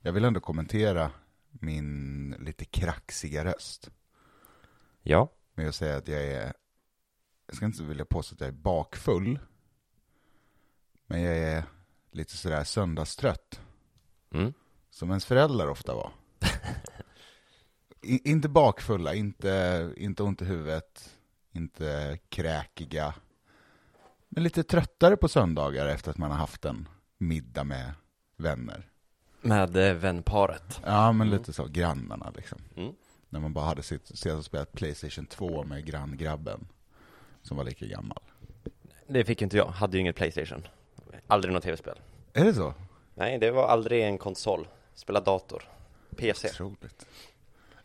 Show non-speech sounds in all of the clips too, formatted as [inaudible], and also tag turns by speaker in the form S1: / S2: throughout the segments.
S1: Jag vill ändå kommentera min lite kraxiga röst
S2: Ja,
S1: med att säga att jag är, jag ska inte vilja påstå att jag är bakfull, men jag är lite sådär söndagstrött,
S2: mm.
S1: som ens föräldrar ofta var. I, inte bakfulla, inte, inte ont i huvudet, inte kräkiga, men lite tröttare på söndagar efter att man har haft en middag med vänner.
S2: med eh, vänparet.
S1: Ja, men lite så, grannarna liksom.
S2: Mm.
S1: När man bara hade sitt, suttit och spelat Playstation 2 med granngrabben, som var lika gammal.
S2: Det fick ju inte jag, hade ju inget Playstation. Aldrig något tv-spel.
S1: Är det så?
S2: Nej, det var aldrig en konsol. Spela dator. PC.
S1: Otroligt.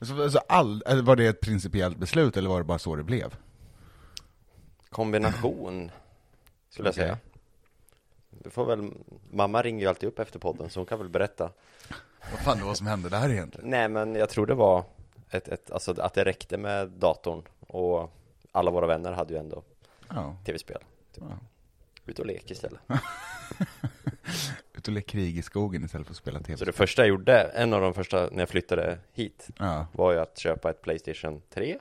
S1: Så, så all, eller var det ett principiellt beslut, eller var det bara så det blev?
S2: Kombination, skulle jag
S1: Okej.
S2: säga. Du får väl, mamma ringer ju alltid upp efter podden, så hon kan väl berätta.
S1: Vad fan det var som hände där
S2: [laughs]
S1: egentligen?
S2: Nej, men jag tror det var ett, ett, alltså att det räckte med datorn och alla våra vänner hade ju ändå
S1: Ja,
S2: tv-spel. Typ.
S1: Ja.
S2: Ut och lek istället.
S1: ut och lek krig i skogen istället för att spela
S2: Så
S1: tv.
S2: det första jag gjorde, en av de första när jag flyttade hit,
S1: Ja,
S2: var ju att köpa ett Playstation 3,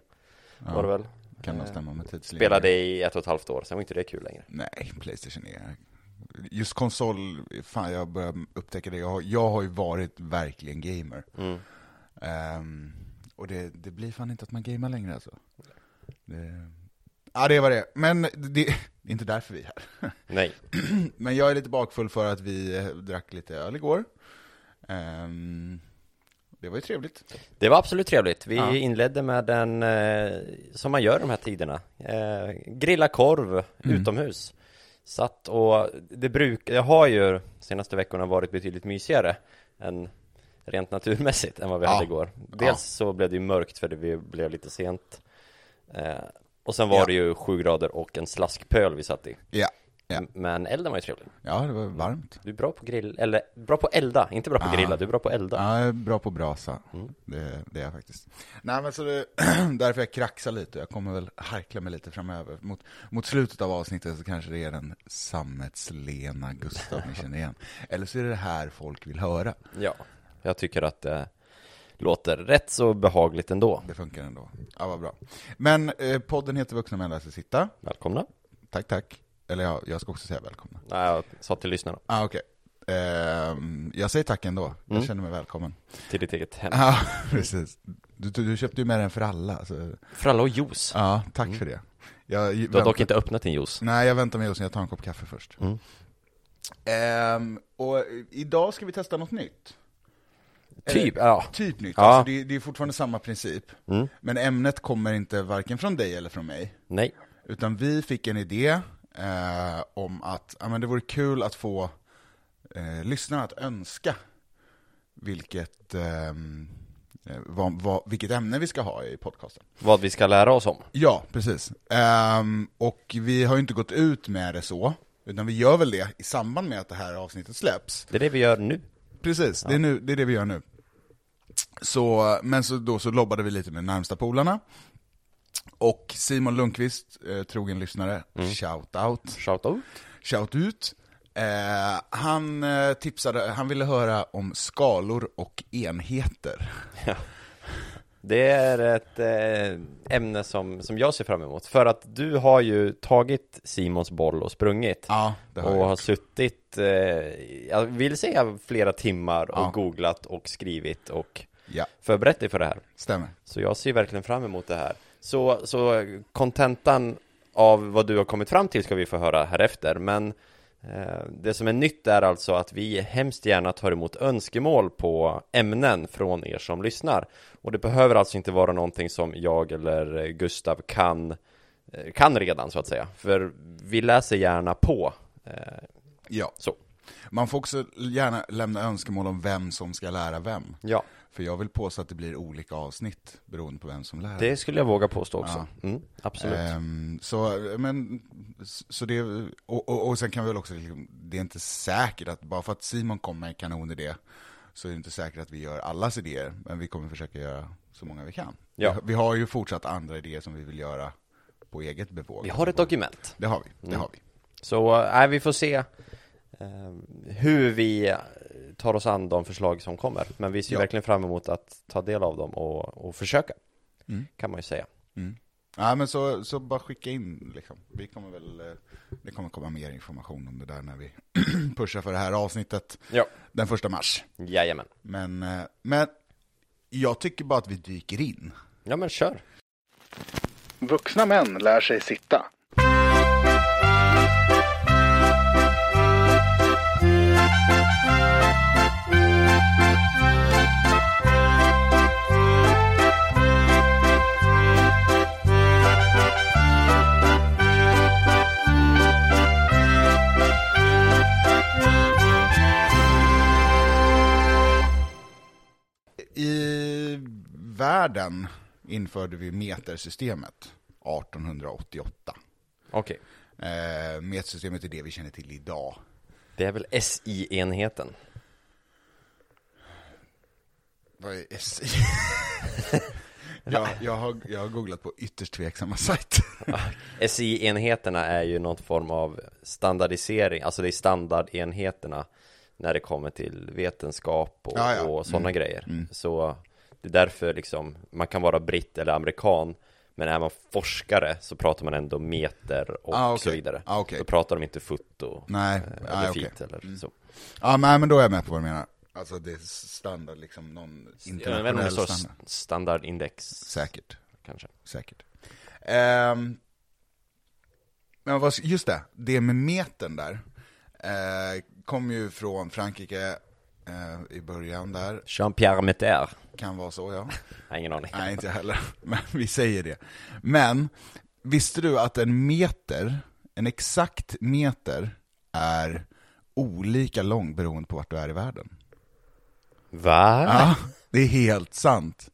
S2: var det
S1: ja.
S2: väl?
S1: kan nog
S2: Eh,
S1: stämma med tidslinjen.
S2: Spelade i ett och ett halvt år, sen var inte det kul längre.
S1: Nej, Playstation är... Just konsol, fan jag börjar upptäcka det. Jag har, jag har ju varit verkligen gamer.
S2: Mm.
S1: Ehm, och det, det blir fan inte att man gamer längre alltså. Det, ja, det var det. Men det, det är inte därför vi är här. [clears throat]
S2: Nej,
S1: Men jag är lite bakfull för att vi eh, drack lite öl igår. Ehm, det var ju trevligt.
S2: det var absolut trevligt. Vi
S1: Ja.
S2: inledde med den, eh, som man gör de här tiderna, eh, grilla korv utomhus. Satt och, det brukar, jag har ju senaste veckorna varit betydligt mysigare än rent naturmässigt än vad vi
S1: Ja.
S2: hade igår. Dels
S1: Ja.
S2: så blev det ju mörkt för det vi blev lite sent. Eh, och sen var
S1: Ja.
S2: det ju sju grader och en slaskpöl vi satt i.
S1: Ja, ja.
S2: Men elden var ju trevlig.
S1: ja det var varmt.
S2: Du är bra på grill, eller bra på elda, inte bra på
S1: Ah.
S2: grilla, du är bra på elda.
S1: Ja, jag är bra på brasa.
S2: Mm.
S1: Det, det är jag faktiskt. Nej, men så det, [clears throat] därför jag kraxar lite. Jag kommer väl harkla mig lite framöver. Mot, mot slutet av avsnittet så kanske det är den sammetslena Gustav ni känner
S2: [laughs]
S1: igen. Eller så är det det här folk vill höra.
S2: Ja, jag tycker att det låter rätt så behagligt ändå.
S1: Det funkar ändå. Ja, vad bra. Men eh, podden heter Vuxna män lär sig sitta.
S2: Välkomna.
S1: Tack, tack. Eller ja, jag ska också säga välkomna.
S2: Nej, jag sa till lyssnarna,
S1: Ah, okej. Ehm, jag säger tack ändå. Jag
S2: Mm.
S1: känner mig välkommen. [laughs]
S2: till ditt eget hem.
S1: Ja, precis. Du, du, du köpte ju med den för alla. Så,
S2: Fralla och juice.
S1: ja, tack för det. Jag,
S2: Mm. Du har dock inte öppnat din juice.
S1: Nej, jag väntar med just nu. Jag tar en kopp kaffe först.
S2: Mm.
S1: Ehm, och idag ska vi testa något nytt.
S2: Typ,
S1: Eller,
S2: ja.
S1: typ nytt.
S2: Ja.
S1: Alltså, det, det är fortfarande samma princip.
S2: Mm.
S1: Men ämnet kommer inte varken från dig eller från mig.
S2: Nej.
S1: Utan vi fick en idé eh, om att ja, men det vore kul att få eh, lyssnarna att önska vilket, ehm, eh, vad, vad, vilket ämne vi ska ha i podcasten.
S2: Vad vi ska lära oss om.
S1: Ja, precis. Ehm, och vi har ju inte gått ut med det så, utan vi gör väl det i samband med att det här avsnittet släpps.
S2: Det är det vi gör nu.
S1: Precis, det, är nu, det är det vi gör nu. Så, men så, då så lobbade vi lite med närmsta polarna. Och Simon Lundqvist, eh, trogen lyssnare, shout out,
S2: Shout out.
S1: shout ut. Eh, han eh, tipsade, han ville höra om skalor och enheter.
S2: Det är ett eh, ämne som, som jag ser fram emot. För att du har ju tagit Simons boll och sprungit.
S1: Ja, det har
S2: och
S1: jag.
S2: har suttit, eh, jag vill säga flera timmar och
S1: Ja.
S2: googlat och skrivit och
S1: Ja,
S2: förberett dig för det här.
S1: stämmer.
S2: Så jag ser verkligen fram emot det här. Så, så kontentan av vad du har kommit fram till ska vi få höra här efter, men eh, det som är nytt är alltså att vi hemskt gärna tar emot önskemål på ämnen från er som lyssnar. Och det behöver alltså inte vara någonting som jag eller Gustav kan, eh, kan redan så att säga, för vi läser gärna på. Eh,
S1: Ja.
S2: Så.
S1: Man får också gärna lämna önskemål om vem som ska lära vem.
S2: ja,
S1: För jag vill påstå att det blir olika avsnitt beroende på vem som lär.
S2: det skulle jag våga påstå också. Mm, absolut.
S1: Ehm, så, men, så det, och, och, och sen kan vi väl också, liksom- det är inte säkert att, bara för att Simon kommer med en kanonidé, så är det inte säkert att vi gör allas idéer, men vi kommer försöka göra så många vi kan.
S2: Ja.
S1: Vi, vi har ju fortsatt andra idéer som vi vill göra på eget bevåg. Alltså,
S2: Vi har ett Mm. dokument.
S1: Det har vi, det har vi.
S2: Så, nej, vi får se eh, hur vi tar oss an de förslag som kommer. Men vi ser
S1: Ja.
S2: verkligen fram emot att ta del av dem och, och försöka,
S1: Mm.
S2: kan man ju säga.
S1: Mm. Ja, men så, så bara skicka in liksom. Vi kommer väl, eh, det kommer komma mer information om det där när vi [clears throat] pushar för det här avsnittet
S2: Ja,
S1: den första mars.
S2: jajamän.
S1: Men, eh, men jag tycker bara att vi dyker in.
S2: Ja, men kör.
S1: Vuxna män lär sig sitta. I världen införde vi metersystemet 1888.
S2: Okej,
S1: Eh, metersystemet är det vi känner till idag.
S2: det är väl SI-enheten.
S1: Vad är SI? [laughs] jag, jag, har, jag har googlat på ytterst tveksamma sajter.
S2: SI-enheterna är ju någon form av standardisering, alltså det är standardenheterna när det kommer till vetenskap och,
S1: Ja, Mm. ja.
S2: och sådana grejer. Så det är därför liksom, man kan vara britt eller amerikan, men är man forskare så pratar man ändå meter och
S1: Ah, okej.
S2: så vidare.
S1: Ah, okej.
S2: Då pratar de inte foot och
S1: Nej,
S2: eh, eller
S1: nej, okej. Mm.
S2: feet eller så.
S1: Ja, nej, men då är jag med på vad du menar. Alltså det är standard, liksom någon
S2: Jag vet inte om det
S1: internationell
S2: står
S1: standard.
S2: st- standardindex
S1: Säkert.
S2: kanske.
S1: säkert. Ehm, men vad, just det, det med metern där, eh, kom ju från Frankrike eh, i början där,
S2: Jean-Pierre Meter,
S1: kan vara så ja.
S2: jag har ingen aning.
S1: Nej, inte jag heller, men vi säger det. Men, visste du att en meter, en exakt meter, är olika lång beroende på vart du är i världen?
S2: Va?
S1: Ja, det är helt sant.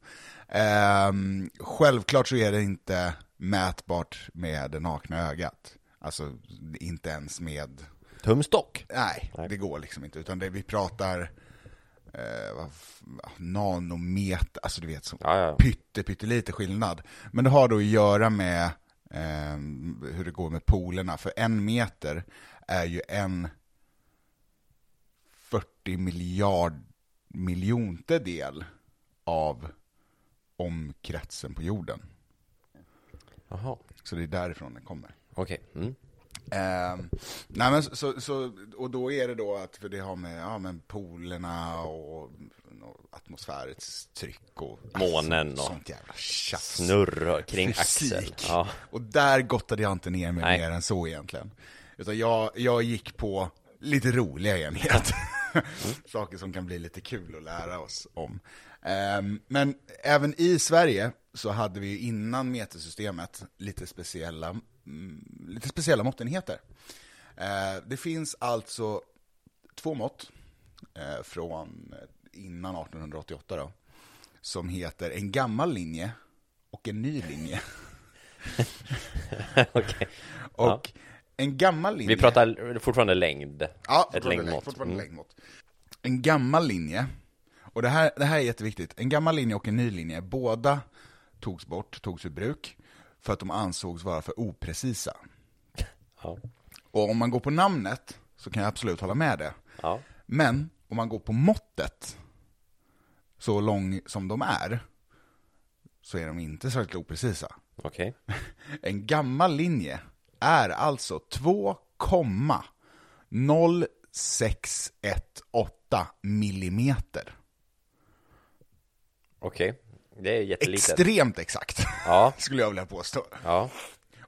S1: Ehm, självklart så är det inte mätbart med det nakna ögat. Alltså inte ens med,
S2: Tumstock?
S1: nej, det går liksom inte. Utan det vi pratar eh, vad f- ja, nanometer, alltså du vet, så
S2: Ja, ja.
S1: pytte, pyttelite skillnad. Men det har då att göra med ehm, hur det går med polerna. För en meter är ju en 40 miljard miljonte del av omkretsen på jorden.
S2: Jaha,
S1: Så det är därifrån den kommer.
S2: okej. Mm.
S1: Ehm, nej men så, så, så, och då är det då att, för det har med ja, men polerna och, och atmosfärens tryck och
S2: Månen och-
S1: sånt jävla tjafs.
S2: snurr kring
S1: Fysik.
S2: axel.
S1: [laughs]
S2: Ja. [laughs]
S1: Och där gottade jag inte ner mig
S2: Nej.
S1: mer än så egentligen. Utan jag, jag gick på lite roliga enheter. [laughs] Saker som kan bli lite kul att lära oss om. Ehm, men även i Sverige så hade vi ju innan metersystemet lite speciella, mm, lite speciella måttenheter. Eh, det finns alltså två mått eh, från innan 1888 då, som heter en gammal linje och en ny linje.
S2: Okej.
S1: Och en gammal linje...
S2: Vi pratar fortfarande längd.
S1: ja,
S2: ett
S1: fortfarande läng-
S2: längdmått.
S1: Fortfarande
S2: Mm.
S1: längdmått. En gammal linje, och det här, det här är jätteviktigt, en gammal linje och en ny linje, båda togs bort, togs ur bruk, för att de ansågs vara för oprecisa.
S2: Mm. Ja.
S1: Och om man går på namnet så kan jag absolut hålla med det.
S2: Ja.
S1: Men om man går på måttet, så lång som de är, så är de inte särskilt oprecisa.
S2: Okej.
S1: En gammal linje är alltså 2,0618 millimeter.
S2: Okej. Det är jättelitet.
S1: Extremt exakt,
S2: Ja.
S1: [laughs] skulle jag vilja påstå.
S2: Ja.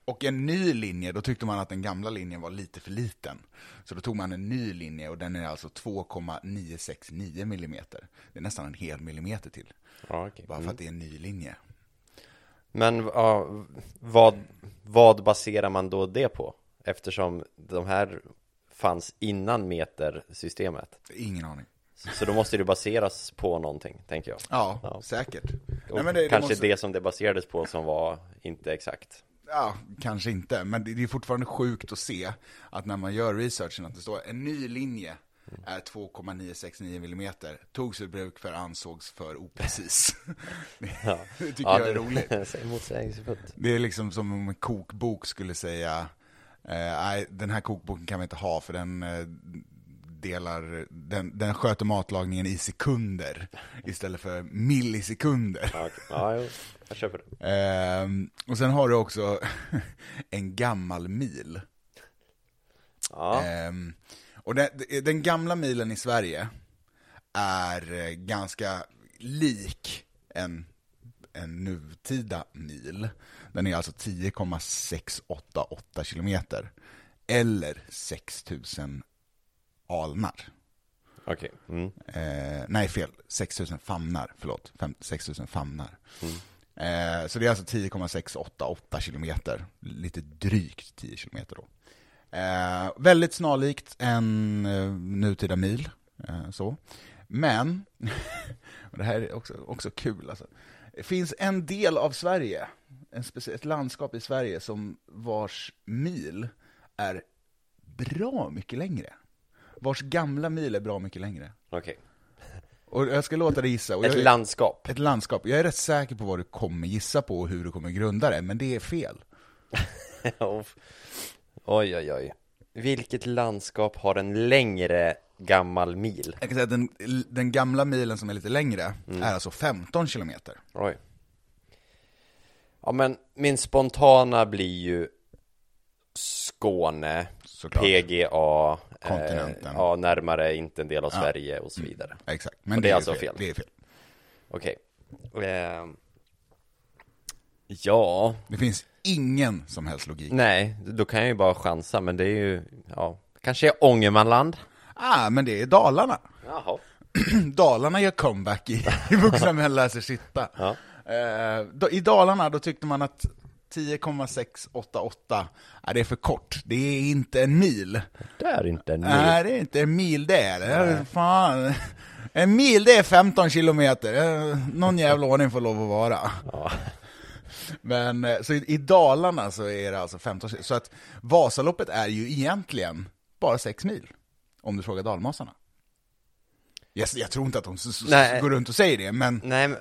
S1: Och en ny linje, då tyckte man att den gamla linjen var lite för liten. Så då tog man en ny linje och den är alltså 2,969 millimeter. Det är nästan en hel millimeter till,
S2: ja okej.
S1: bara för att det är en ny linje.
S2: Men ja, vad, vad baserar man då det på? Eftersom de här fanns innan metersystemet.
S1: Ingen aning.
S2: Så då måste det baseras på någonting, tänker jag.
S1: Ja,
S2: Ja.
S1: säkert.
S2: Och kanske det, som det baserades på som var inte exakt.
S1: Ja, kanske inte, men det det är fortfarande sjukt att se att när man gör researchen att det står en ny linje är 2,969 millimeter togs ur bruk för ansågs för oprecis. det tycker jag är roligt.
S2: [laughs] så Motsägelsefullt.
S1: Det är liksom som om en kokbok skulle säga, eh, nej den här kokboken kan vi inte ha för den, eh, delar, den, den sköter matlagningen i sekunder istället för millisekunder.
S2: Ja, okej. ja, jo, jag köper det.
S1: Ehm, och sen har du också [laughs] en gammal mil.
S2: Ja,
S1: Ehm, och den, den gamla milen i Sverige är eh, ganska lik en, en nutida mil. Den är alltså 10,688 kilometer. Eller 6000 alnar.
S2: okej. Mm.
S1: Eh, nej, fel. 6000 famnar. Förlåt. Fem- 6000 famnar. Eh, så det är alltså 10,688 kilometer. Lite drygt 10 kilometer då. Eh, väldigt snarlikt en eh, nutida mil. Eh, så. Men, [laughs] och det här är också, också kul alltså. Det finns en del av Sverige, en specie- ett landskap i Sverige som vars mil är bra mycket längre. Vars gamla mil är bra mycket längre.
S2: Okej.
S1: Och jag ska låta dig gissa. Och jag,
S2: Ett landskap. [laughs]
S1: ett landskap. Jag är rätt säker på vad du kommer gissa på och hur du kommer grunda det, men det är fel.
S2: oj, oj, oj. Vilket landskap har en längre gammal mil?
S1: Jag kan säga att den, den gamla milen som är lite längre är alltså 15 kilometer.
S2: Oj. Ja, men min spontana blir ju Skåne,
S1: Såklart.
S2: PGA, eh,
S1: Kontinenten.
S2: ja, närmare inte en del av Sverige och så vidare.
S1: Exakt, men
S2: Och det är alltså
S1: ju
S2: fel.
S1: Det är fel.
S2: Okej. Ehm. ja,
S1: Det finns ingen som helst logik.
S2: nej, då kan jag ju bara chansa, men det är ju, ja, kanske är Ångermanland.
S1: Ah, men det är Dalarna. [clears throat]
S2: Jaha.
S1: Dalarna gör comeback i, [laughs] i vuxna män läser sitta.
S2: Ja.
S1: Eh, då, I Dalarna då tyckte man att 10,688, ah, det är för kort. Det är inte en mil.
S2: Det är inte en mil.
S1: Nej, det är inte en mil det. är det. Fan. En mil det är 15 kilometer. Eh, Någon jävla ordning får lov att vara.
S2: Ja.
S1: Men eh, så i, i Dalarna så är det alltså 15 kil- Så att Vasaloppet är ju egentligen bara 6 mil. Om du frågar dalmasarna. Jag, jag tror inte att de s- s-
S2: Nej.
S1: går runt och säger det, men,
S2: Nej, men,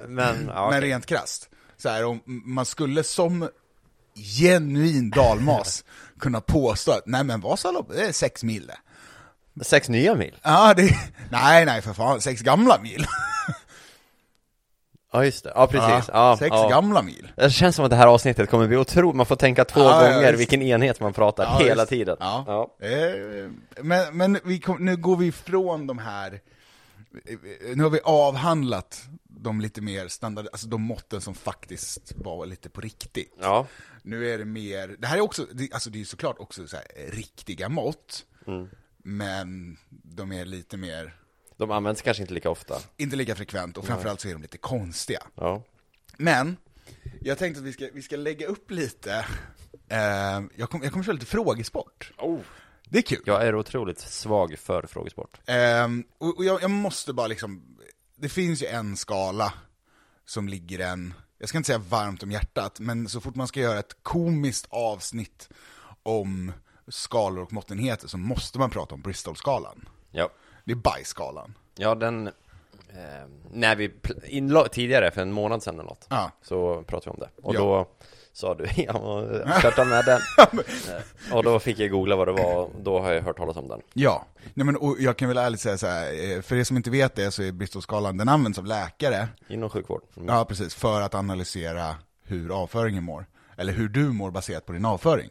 S2: ja,
S1: men
S2: okej.
S1: rent krasst. Så här, om man skulle som genuin dalmas kunna påstå att nej men Vasaloppet, det är 6 mil det.
S2: Sex nya mil?
S1: Ja, det... Nej, nej för fan, sex gamla mil.
S2: Ja, just det.
S1: [laughs]
S2: Ja, precis. Ja,
S1: sex
S2: ja.
S1: gamla mil.
S2: Det känns som att det här avsnittet kommer bli otroligt, man får tänka två
S1: Ja, ja,
S2: gånger
S1: visst.
S2: vilken enhet man pratar
S1: Ja,
S2: hela
S1: visst.
S2: tiden.
S1: Ja.
S2: Ja.
S1: Eh, Men, men vi kom, nu går vi ifrån de här, eh, nu har vi avhandlat de lite mer standard, alltså de måtten som faktiskt var lite på riktigt.
S2: Ja.
S1: Nu är det mer, det här är också, det, alltså det är ju såklart också så här, eh, riktiga mått,
S2: Mm.
S1: men de är lite mer,
S2: De används kanske inte lika ofta.
S1: inte lika frekvent och framförallt så är de lite konstiga.
S2: Ja.
S1: Men, jag tänkte att vi ska, vi ska lägga upp lite, eh, jag, kom, jag kommer köra lite frågesport.
S2: Oh.
S1: Det är kul.
S2: Jag är otroligt svag för frågesport.
S1: Ehm, och och jag, jag måste bara liksom, det finns ju en skala som ligger en, jag ska inte säga varmt om hjärtat, men så fort man ska göra ett komiskt avsnitt om skalor och måttenheter så måste man prata om Bristol-skalan.
S2: Ja.
S1: Det är bajskalan.
S2: Ja, den... Eh, när vi pl- inla- tidigare, för en månad sedan eller något,
S1: Ja.
S2: så pratade vi om det. Och
S1: Ja.
S2: då sa du, [laughs] ja, och starta med
S1: [laughs]
S2: den. Eh, och då fick jag googla vad det var, och då har jag hört talas om den.
S1: Ja, Nej, men, och jag kan väl ärligt säga så här, eh, för er som inte vet det så är Bristol-skalan, den används av läkare
S2: Inom sjukvård. Mm.
S1: Ja, precis. För att analysera hur avföringen mår. Eller hur du mår baserat på din avföring.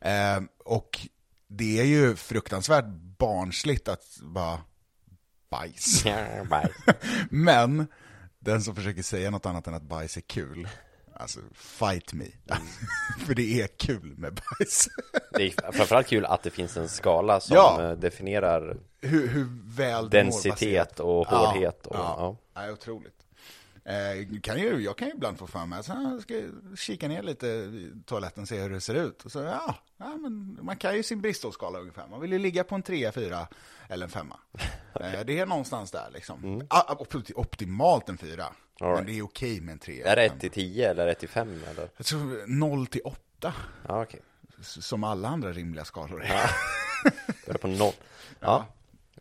S1: Eh, och det är ju fruktansvärt barnsligt att bara
S2: [laughs]
S1: bajs.
S2: Ja, bye.
S1: Men den som försöker säga något annat än att bajs är kul, alltså fight me. [laughs] För det är kul med bajs.
S2: Det är framförallt kul att det finns en skala som
S1: Ja.
S2: eh, definierar
S1: Hur, hur väl du mår baserat.
S2: densitet och hårdhet och ja.
S1: Nej, otroligt. Eh, kan ju, jag kan ju ibland få för mig att jag ska jag kika ner lite i toaletten se hur det ser ut. Och så, ja, ja, men man kan ju sin Bristolskala ungefär. Man vill ju ligga på en trea, fyra eller en
S2: [laughs]
S1: femma. eh, det är någonstans där liksom. Ah, op- optimalt en fyra, men
S2: Mm. right.
S1: det är okej med en trea.
S2: Är det
S1: eller femma.
S2: 1 till 10 eller 1 till 5 eller?
S1: Jag tror 0 till 8,
S2: Ja okej,
S1: s- som alla andra rimliga skalor är.
S2: börjar på noll. Ja. ja.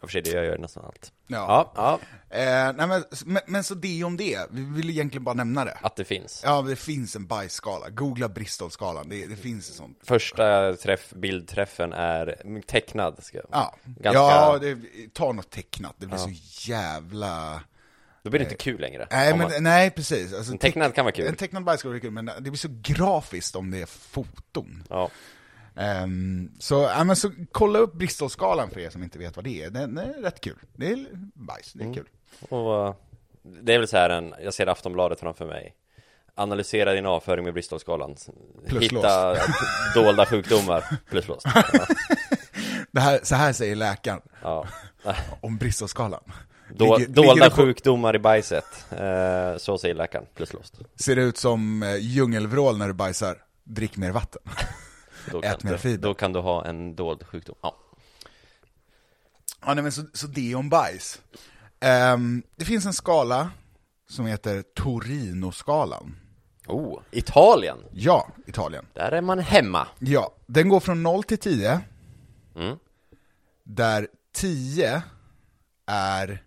S2: och för sig, det gör jag ju nästan allt.
S1: [laughs] Ja.
S2: Ja, ja,
S1: Eh, nej, men, men, men så det om det, vi vill egentligen bara nämna det.
S2: att det finns.
S1: Ja, det finns en bajsskala. Googla Bristolskalan, det, det finns en sån.
S2: Första träff, bildträffen är tecknad. Ska jag.
S1: Ja,
S2: Ganska-
S1: ja det, ta något tecknat, det blir så jävla...
S2: Då blir det inte kul längre.
S1: Nej,
S2: Om man-
S1: men, nej precis. Alltså,
S2: En tecknad kan vara kul.
S1: En tecknad bajsskala är kul, men det blir så grafiskt om det är foton.
S2: Ja.
S1: Ehm, så, ja, men så kolla upp Bristolskalan för er som inte vet vad det är. Den är rätt kul. Det är bajs, det är
S2: Mm.
S1: kul.
S2: Och, eh, det är väl så här en, jag ser Aftonbladet framför mig. Analysera din avföring med Bristolskalan.
S1: Plus
S2: Hitta [laughs] dolda sjukdomar. Plus låst. Ja.
S1: Det här, så här säger läkaren [laughs]
S2: ja.
S1: om Bristolskalan.
S2: Då,
S1: Ligger- ligger
S2: dolda
S1: det på-
S2: sjukdomar i bajset. Eh, så säger läkaren. Plus låst.
S1: Ser det ut som eh, djungelvrål när du bajsar? Drick mer vatten. [laughs]
S2: Då
S1: Ät
S2: kan,
S1: mer
S2: du,
S1: fiber.
S2: då kan du ha en dold sjukdom. Ja.
S1: Ja, nej, men så, så det om bajs. Ehm, det finns en skala som heter Torinoskalan.
S2: Oh, Italien.
S1: Ja, Italien.
S2: Där är man hemma.
S1: Ja, den går från 0 till 10.
S2: Mm.
S1: Där 10 är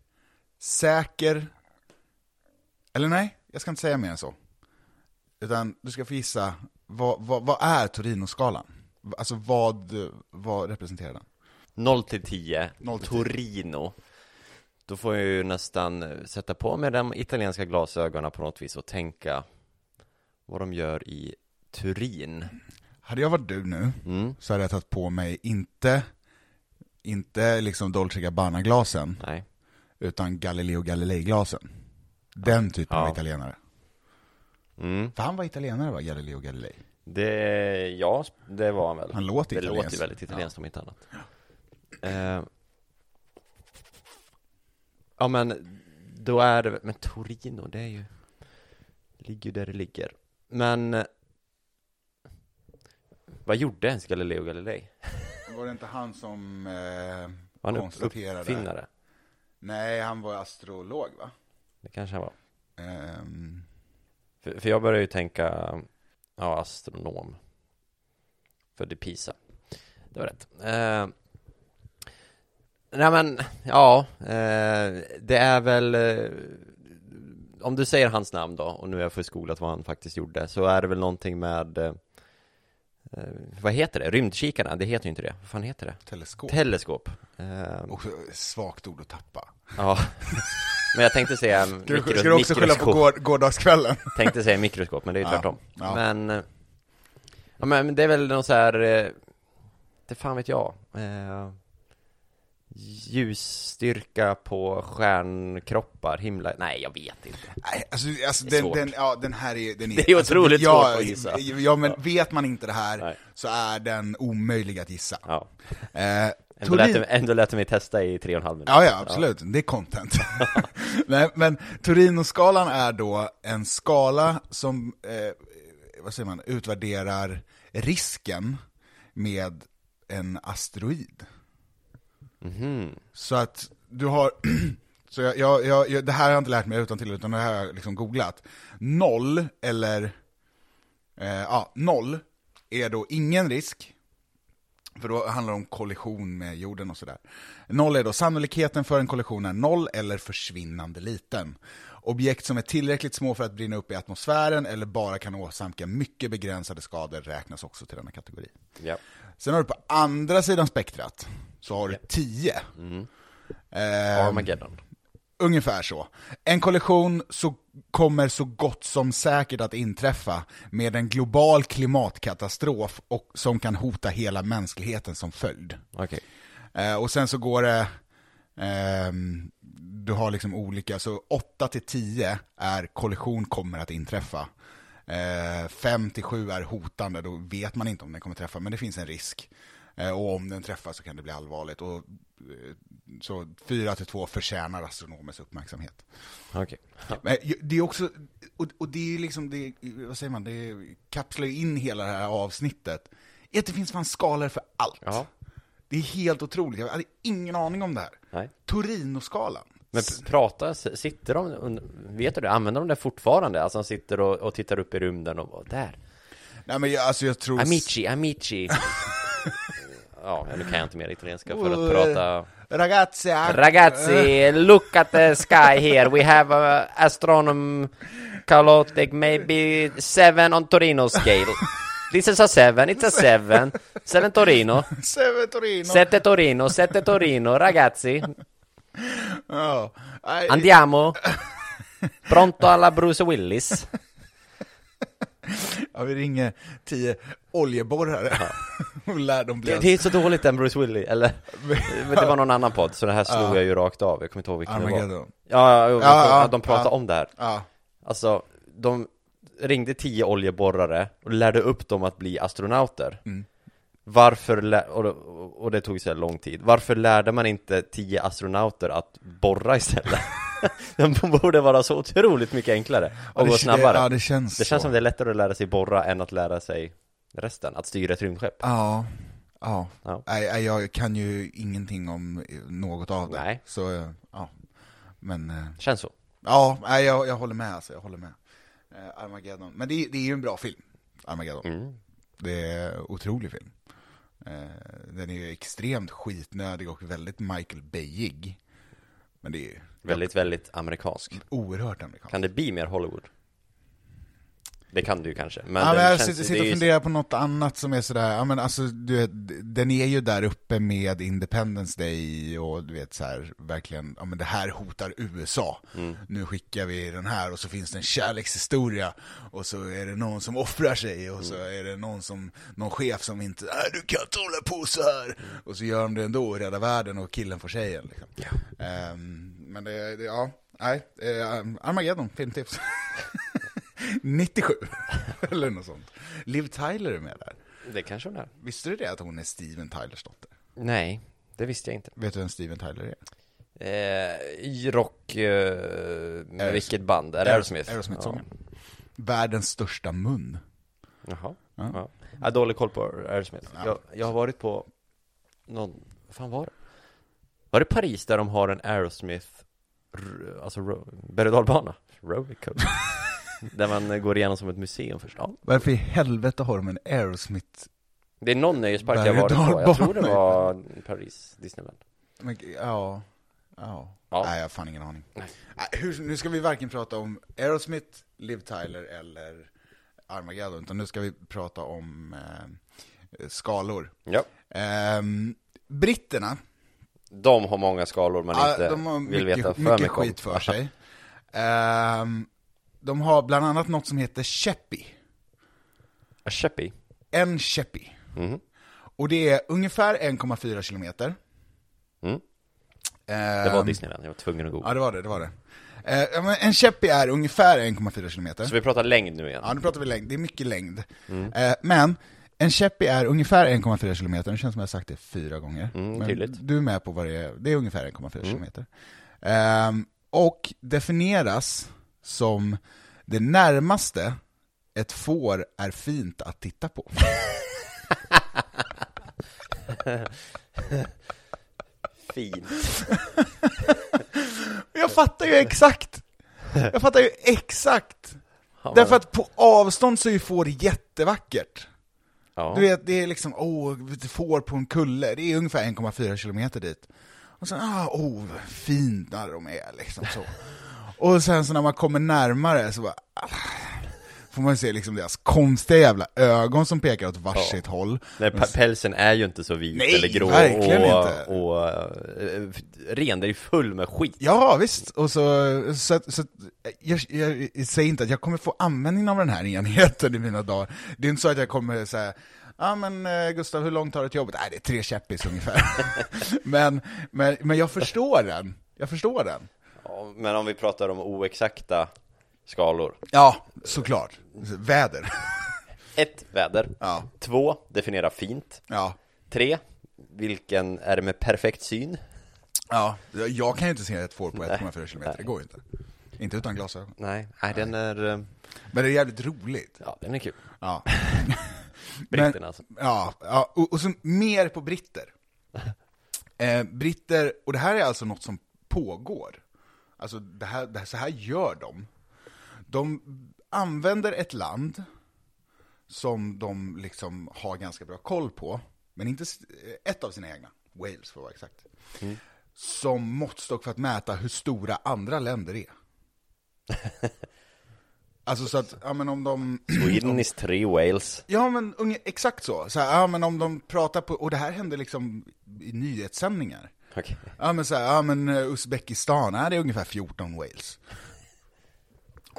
S1: säker... Eller nej, jag ska inte säga mer än så. Utan du ska få gissa, vad, vad, vad är Torinoskalan? Alltså vad, vad representerar den?
S2: 0 till 10.
S1: 0 till 10.
S2: Torino. Då får jag ju nästan eh, sätta på mig de italienska glasögonen på något vis och tänka vad de gör i Turin.
S1: Hade jag varit du nu,
S2: Mm.
S1: så hade jag tagit på mig, inte, inte liksom Dolce Gabbana-glasen,
S2: Nej.
S1: utan Galileo Galilei-glasen. Den typen av
S2: Ja.
S1: italienare.
S2: Mm.
S1: För han var italienare va, Galileo Galilei?
S2: Det, ja, det var han väl.
S1: Han låter
S2: det låter ju
S1: italiensk.
S2: väldigt italienskt om inte annat. Eh, ja, men då är det, men Torino, det är ju, ligger ju där det ligger. Men, eh, vad gjorde ens Galileo Galilei?
S1: Var det inte han som eh,
S2: Var han upp-
S1: konstaterade?
S2: uppfinnare?
S1: Nej, han var astrolog va?
S2: Det kanske han var.
S1: Ehm,
S2: För, för jag börjar ju tänka, ja, astronom. För det Pisa. Det var rätt. Eh, nej men, ja, eh, det är väl, eh, om du säger hans namn då, och nu har jag förskolat vad han faktiskt gjorde, så är det väl någonting med, eh, eh, vad heter det? Rymdkikarna? Det heter ju inte det. Vad fan heter det?
S1: teleskop.
S2: Teleskop. Eh,
S1: Också svagt ord att tappa.
S2: ja. [laughs] Men jag tänkte säga
S1: Oh. Ska du,
S2: mikro,
S1: ska du också skylla på
S2: mikroskop.
S1: går, gårdagskvällen?
S2: Tänkte säga mikroskop, men det är ju
S1: Ja,
S2: tvärtom.
S1: ja.
S2: Men, eh, ja, men det är väl någon så här, eh, det fan vet jag, eh, ljusstyrka på stjärnkroppar, himla, nej jag vet inte.
S1: Nej, alltså, alltså
S2: Det
S1: den,
S2: är svårt.
S1: den, ja, den här är... Den är,
S2: Det är
S1: alltså,
S2: otroligt
S1: ja,
S2: svårt att gissa.
S1: Ja, men vet man inte det här
S2: Nej.
S1: så är den omöjlig att gissa.
S2: Ja.
S1: Eh,
S2: Ändå, lät det, ändå lät det mig testa i tre och en halv minut.
S1: Ja, ja, absolut. Det är content. [laughs] Nej, men Torinoskalan är då en skala som eh, vad säger man, utvärderar risken med en asteroid. Så att du har, [clears throat] så jag, jag, jag, jag, det här har jag inte lärt mig utan till utan det här har jag liksom googlat. Noll, eller, eh, ja, noll är då ingen risk, för då handlar det om kollision med jorden och sådär. Noll är då sannolikheten för en kollision är noll eller försvinnande liten. Objekt som är tillräckligt små för att brinna upp i atmosfären eller bara kan åsamka mycket begränsade skador räknas också till denna kategori.
S2: Ja.
S1: Sen har du på andra sidan spektrat, så har du 10.
S2: Ehm.
S1: Eh,
S2: Armageddon.
S1: Ungefär så. En kollision så kommer så gott som säkert att inträffa med en global klimatkatastrof och, som kan hota hela mänskligheten som följd.
S2: Okej.
S1: Eh, och sen så går det, ehm, du har liksom olika, så 8 till 10 är kollision kommer att inträffa. Eh, 5 till 7 är hotande, då vet man inte om den kommer träffa, men det finns en risk. Eh, och om den träffar så kan det bli allvarligt. Och, eh, så 4 till 2 förtjänar astronomers uppmärksamhet.
S2: Okej. Ja.
S1: Men ju- det är också, och, och det är liksom, det, vad säger man, det kapslar ju in hela det här avsnittet. I Att det finns fan skalor för allt.
S2: Ja.
S1: Det är helt otroligt, jag hade inoingen aning om det här.
S2: Nej.
S1: Torinoskalan.
S2: Men p- prata, s- sitter de, und- vet du det, använder de det fortfarande? Alltså de sitter och, och tittar upp i rymden och bara, där, [laughs]
S1: Nej men jag, alltså jag tror...
S2: Amici, Amici. ja, nu kan jag inte mer italienska för att prata
S1: Ragazzi!
S2: Ragazzi, look at the sky here. We have a astronom Calotic, maybe seven on Torino scale. This is a seven, it's a seven. Seven Torino.
S1: [laughs] Seve Torino!
S2: Sette Torino, sette Torino. Ragazzi,
S1: Ja. Nej,
S2: andiamo. Pronto alla Bruce Willis.
S1: ja, vi ringer tio oljeborrare [laughs] och lär dem bli
S2: Det, det är så dåligt den Bruce Willis, Ah. eller? Men det var någon annan podd, så det här slog jag ju rakt av. Jag kommer inte ihåg vilken det var.
S1: Armageddon.
S2: Ja, ja, ja,
S1: Ja, ja,
S2: de pratade
S1: ja.
S2: om det här.
S1: Ja.
S2: Alltså, de ringde tio oljeborrare och lärde upp dem att bli astronauter.
S1: mm.
S2: Varför, lä- och, och- och det tog så här lång tid, varför lärde man inte tio astronauter att borra istället? [laughs] de borde vara så otroligt mycket enklare och
S1: det-
S2: gå snabbare.
S1: det- ja,
S2: det,
S1: det känns
S2: känns
S1: så.
S2: som det är lättare att lära sig borra än att lära sig resten, att styra ett rymdskepp.
S1: Ja. Ja.
S2: Ja.
S1: Nej, nej, jag kan ju ingenting om eh, något av det.
S2: Nej.
S1: Så, eh, ja. Men, eh,
S2: Känns så.
S1: ja, nej, jag, jag håller med alltså, jag håller med. Eh, Armageddon. Men det, det är ju en bra film,
S2: Mm.
S1: Armageddon. Det är en otrolig film. Eh, den är ju extremt skitnödig och väldigt Michael Bayig. Men det är ju
S2: Väldigt, väldigt amerikansk.
S1: oerhört amerikanskt.
S2: Kan det bli mer Hollywood? Det kan du ju kanske, men,
S1: ja, men
S2: den
S1: jag
S2: känns,
S1: sitter,
S2: det
S1: sitter och
S2: är ju-
S1: funderar på något annat som är sådär, ja men alltså du vet, den är ju där uppe med Independence Day och du vet så här, verkligen, ja men det här hotar USA.
S2: Mm.
S1: Nu skickar vi den här och så finns det en kärlekshistoria och så är det någon som offrar sig och så
S2: Mm.
S1: är det någon som, någon chef som inte, nej du kan inte hålla på så här.
S2: Mm.
S1: Och så gör de det ändå och räddar världen och killen får tjejen liksom. Ehm, men det, det, ja, nej, uh, Armageddon, filmtips. [laughs] 97, [laughs] eller något sånt. Liv Tyler är med där.
S2: det kanske hon är.
S1: Visste du det att hon är Steven Tylers dotter?
S2: Nej, det visste jag inte.
S1: Vet du vem Steven Tyler är?
S2: Eh, rock, eh, med vilket band? Är det Aerosmith?
S1: Aerosmith-sången. Världens största mun.
S2: Ja. Jaha. Ja. Ja. Jag har dålig koll på Aerosmith. Jag, jag har varit på någon, vad fan var det? Var det Paris där de har en Aerosmith, r- alltså ro- berg och dalbana?
S1: [laughs]
S2: Rollercoaster. där man går igenom som ett museum först. Ja.
S1: Varför i helvete har de en Aerosmith?
S2: Det är någon nöjespark
S1: Berg-
S2: jag
S1: och
S2: har varit på. Jag tror det
S1: dalbana.
S2: var Paris, Disneyland.
S1: Men, ja, ja.
S2: Ja.
S1: Nej, jag har fan ingen aning. Nej, hur, nu ska vi varken prata om Aerosmith, Liv Tyler eller Armageddon, utan nu ska vi prata om eh, skalor.
S2: Ja.
S1: Ehm, britterna,
S2: De har många skalor man
S1: Ja,
S2: inte
S1: de har
S2: vill
S1: mycket,
S2: veta för
S1: mycket
S2: mycket om.
S1: skit för sig. Ehm, de har bland annat något som heter Cheppy.
S2: Köpi.
S1: En Cheppy.
S2: Mhm.
S1: Och det är ungefär 1,4 kilometer.
S2: Mm.
S1: Ehm,
S2: Det var Disneyland, jag var tvungen att googla.
S1: Ja, det var det. det, var det. Eh, ja, men en Cheppy är ungefär 1,4 kilometer.
S2: Så vi pratar längd nu igen.
S1: Ja, nu pratar vi längd. Det är mycket längd.
S2: Mm.
S1: Eh, men en Cheppy är ungefär 1,4 kilometer. Det känns som jag har sagt det fyra gånger.
S2: Mm,
S1: men
S2: tydligt. Mm.
S1: du är med på vad det är. Det är ungefär 1,4 kilometer. Ehm, och definieras som det närmaste ett får är fint att titta
S2: [laughs]
S1: på.
S2: Fint.
S1: Jag fattar ju exakt! Jag fattar ju exakt!
S2: Ja,
S1: [laughs]
S2: men-
S1: Därför att på avstånd så är ju får jättevackert.
S2: ja.
S1: Du vet, det är liksom, åh, oh, får på en kulle, det är ungefär 1,4 kilometer dit. Och sen, ah, oh, vad fina de är, liksom så. Och sen så när man kommer närmare så bara, ah, får man se liksom deras konstiga jävla ögon som pekar åt varsitt håll.
S2: Nej, pa- pälsen är ju inte så vit
S1: Nej,
S2: eller grå
S1: verkligen
S2: och,
S1: inte.
S2: och eh, ren, det är ju full med skit.
S1: Ja, visst. Och så, så, att- så att- jag, jag, säger inte att jag kommer få användning av den här enheten i mina dagar. Det är inte så att jag kommer säga Ja men eh, Gustav, hur långt tar det till jobbet? Nej, det är tre käppis ungefär. [laughs] men, men, men jag förstår den. Jag förstår den.
S2: Ja, Men om vi pratar om oexakta skalor.
S1: Ja, såklart. Väder.
S2: Ett, väder.
S1: Ja.
S2: Två, definiera fint.
S1: Ja.
S2: Tre, vilken är det med perfekt syn?
S1: ja. Jag kan ju inte se ett får på 1,4 kilometer, det går ju inte. Inte utan glasögon.
S2: Nej, nej den är, eh,
S1: Men det är jävligt roligt.
S2: ja den är kul.
S1: Ja.
S2: Britterna
S1: Men-
S2: [clears throat] alltså.
S1: Ja, ja och, och så mer på britter. Eh, britter, och det här är alltså något som pågår. Alltså, det här, det här, så här gör de. De använder ett land som de liksom har ganska bra koll på, men inte s- ett av sina egna, Wales för att vara exakt, som måttstock för att mäta hur stora andra länder är. alltså så att, ja men om de...
S2: Sweden is three Wales.
S1: Ja men unge, exakt så. så här, ja men om de pratar på, och det här hände liksom i nyhetssändningar.
S2: Okej.
S1: Ja men så här, ja men eh, Uzbekistan, ja, det är ungefär 14 Wales.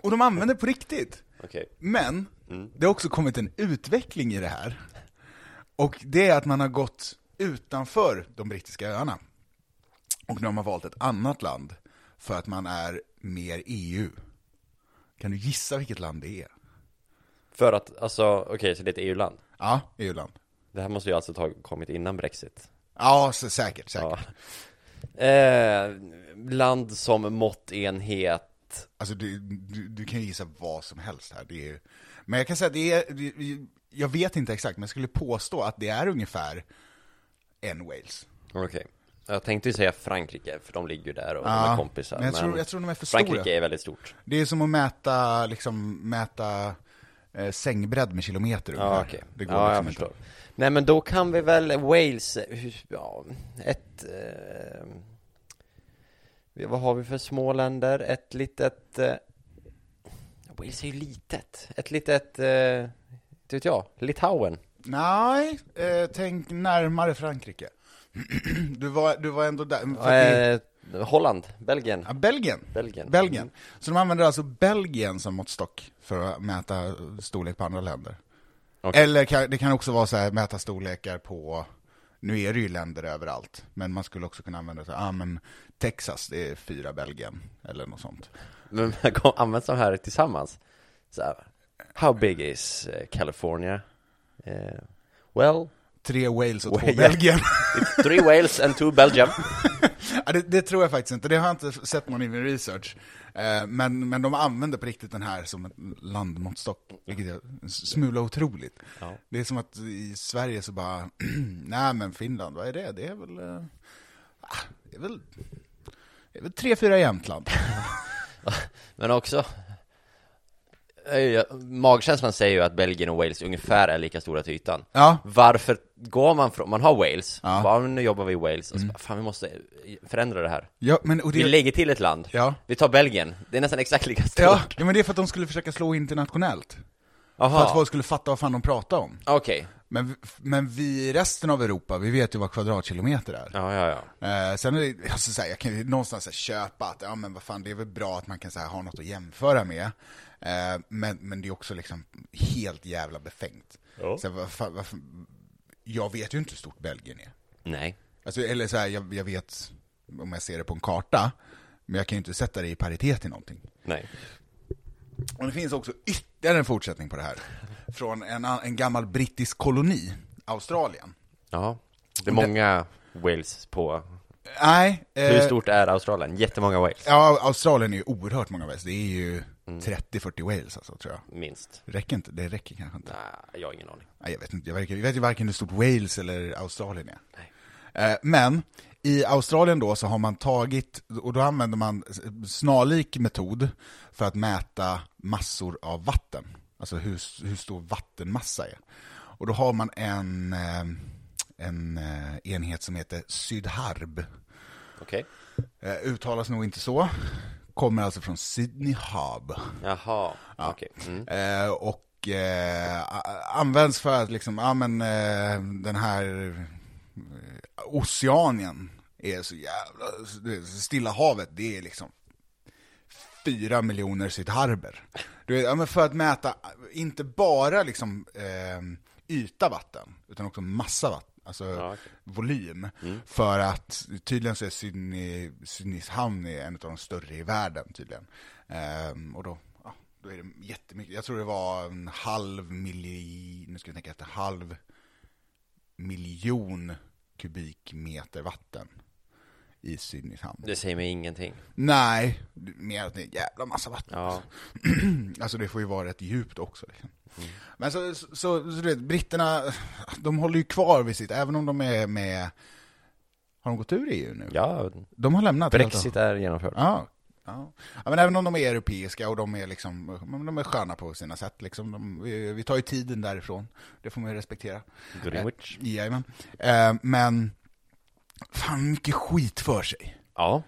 S1: Och de använder på riktigt.
S2: Okej.
S1: Men, det har också kommit en utveckling i det här. Och det är att man har gått utanför de brittiska öarna. Och de har valt ett annat land för att man är mer EU. Kan du gissa vilket land det är?
S2: För att, alltså, okej, så det är ett EU-land.
S1: Ja, E EU-land.
S2: Det här måste ju alltså ha kommit innan Brexit.
S1: Ja, så, säkert, säkert.
S2: Ja. [laughs] Eh, land som måttenhet.
S1: Alltså du, du, du kan ju gissa vad som helst här. Det är, ju- men jag kan säga att det är, det- det- jag vet inte exakt, men jag skulle påstå att det är ungefär en Wales.
S2: Okej. Jag tänkte ju säga Frankrike, för de ligger ju där och
S1: Ja,
S2: de är kompisar.
S1: men jag tror- jag tror de är för
S2: Frankrike
S1: stora.
S2: är väldigt stort.
S1: Det är som att mäta, liksom, mäta eh, sängbredd med kilometer
S2: Ja,
S1: ungefär.
S2: okej.
S1: Det går
S2: Ja,
S1: liksom
S2: jag förstår.
S1: inte.
S2: Nej, men då kan vi väl Wales, eh, hur- ja, ett... Eh, vad har vi för små länder? Ett litet... Eh, Wales är ju litet. Ett litet... Eh, inte vet jag, Litauen.
S1: Nej, eh, tänk närmare Frankrike. [clears throat] du, var, du var ändå där. för att det-
S2: Eh, Holland, Belgien.
S1: Ja, Belgien.
S2: Belgien. Mm.
S1: Belgien. Så de använder alltså Belgien som måttstock för att mäta storlek på andra länder.
S2: Okej.
S1: Eller kan, det kan också vara så här, mäta storlekar på, nu är det ju länder överallt, men man skulle också kunna använda så här, ah, men Texas, det är fyra Belgien, eller något sånt.
S2: Men man kan använda de här tillsammans. Så här, how big is eh, California? Eh, well,
S1: Tre Wales och två
S2: Wales.
S1: Belgien. [laughs]
S2: it's three Wales and two Belgium.
S1: ja, det, det tror jag faktiskt inte, det har jag inte sett någon i min research. Eh, men, men de använder på riktigt den här som en landmåttstock, vilket är en smula otroligt.
S2: Ja.
S1: Det är som att i Sverige så bara, [clears throat] nej men Finland, vad är det? Det är väl, eh, ah, det är väl, det är väl tre, fyra Jämtland.
S2: Men också Eh, jag- Magkänslan säger ju att Belgien och Wales ungefär är lika stora till ytan
S1: Ja,
S2: Varför går man från, man har Wales,
S1: Ja.
S2: bara, "Men nu jobbar vi i Wales, och så bara, fan vi måste eh, förändra det här
S1: ja men och
S2: Vi
S1: det,
S2: lägger till ett land,
S1: ja.
S2: vi tar Belgien, det är nästan exakt lika stort
S1: Ja, ja, men det är för att de skulle försöka slå internationellt. För att
S2: Jaha,
S1: folk skulle fatta vad fan de pratar om.
S2: okej,
S1: Men, vi- men vi i resten av Europa, vi vet ju vad kvadratkilometer är.
S2: ja ja ja
S1: Eh, sen är det, alltså, så här, jag kan ju någonstans så här, köpa att, ja men vad fan, det är väl bra att man kan så här, ha något att jämföra med. Eh, men, men det är också liksom helt jävla befängt. Så här, vad fan, vad fan, jag vet ju inte hur stort Belgien är.
S2: Nej,
S1: Alltså, eller så här, jag, jag vet om jag ser det på en karta, men jag kan ju inte sätta det i paritet till någonting.
S2: nej
S1: Och det finns också ytterligare en fortsättning på det här. Från en, an- en gammal brittisk koloni, Australien.
S2: Ja, det är många Wales på
S1: Nej, eh,
S2: Hur stort är Australien? Jättemånga Wales,
S1: ja, Australien är ju oerhört många Wales. Det är ju
S2: Mm.
S1: 30-40 Wales alltså, tror jag.
S2: minst
S1: Räcker inte? Det räcker kanske inte.
S2: Nej, jag har ingen aning
S1: Nej, jag vet inte, jag, verkar, jag vet ju varken hur stort Wales eller Australien är.
S2: Nej.
S1: Eh, Men i Australien då så har man tagit, och då använder man s- snarlik metod för att mäta massor av vatten. Alltså hur, hur stor vattenmassa är. Och då har man en, eh, en eh, enhet som heter Sydharb.
S2: Okej,
S1: Eh, Uttalas nog inte så. Kommer alltså från Sydney Harbour.
S2: jaha, okej mm.
S1: Eh, och eh, a- används för att liksom, ja men eh, den här eh, Oceanien är så jävla, du vet, Stilla havet det är liksom fyra miljoner sydharber. Du vet, ja, men för att mäta, inte bara liksom eh, yta vatten, utan också massa vatten. Alltså
S2: Ja, okej. Mm.
S1: volym. För att tydligen så är Sydney, Sydneys hamn är en av de större i världen tydligen. Ehm, och då, ja, då är det jättemycket. Jag tror det var en halv miljon, nu ska vi tänka efter, halv miljon kubikmeter vatten i Sydneys hamn.
S2: Det säger mig ingenting
S1: Nej, mer att det är en jävla massa vatten.
S2: Ja,
S1: [clears throat] Alltså det får ju vara rätt djupt också. Liksom.
S2: Mm.
S1: Men så, så, så du vet, britterna, de håller ju kvar vid sitt, även om de är med... Har de gått ur EU nu?
S2: ja
S1: De har lämnat. helt och-
S2: Brexit är genomförd
S1: Ja, Ja. ja, men även om de är europeiska och de är, liksom, men de är sköna på sina sätt. Liksom. De, vi, vi tar ju tiden därifrån, det får man ju respektera.
S2: Greenwich.
S1: Eh, jajamän. Eh, men, fan mycket skit för sig.
S2: Ja.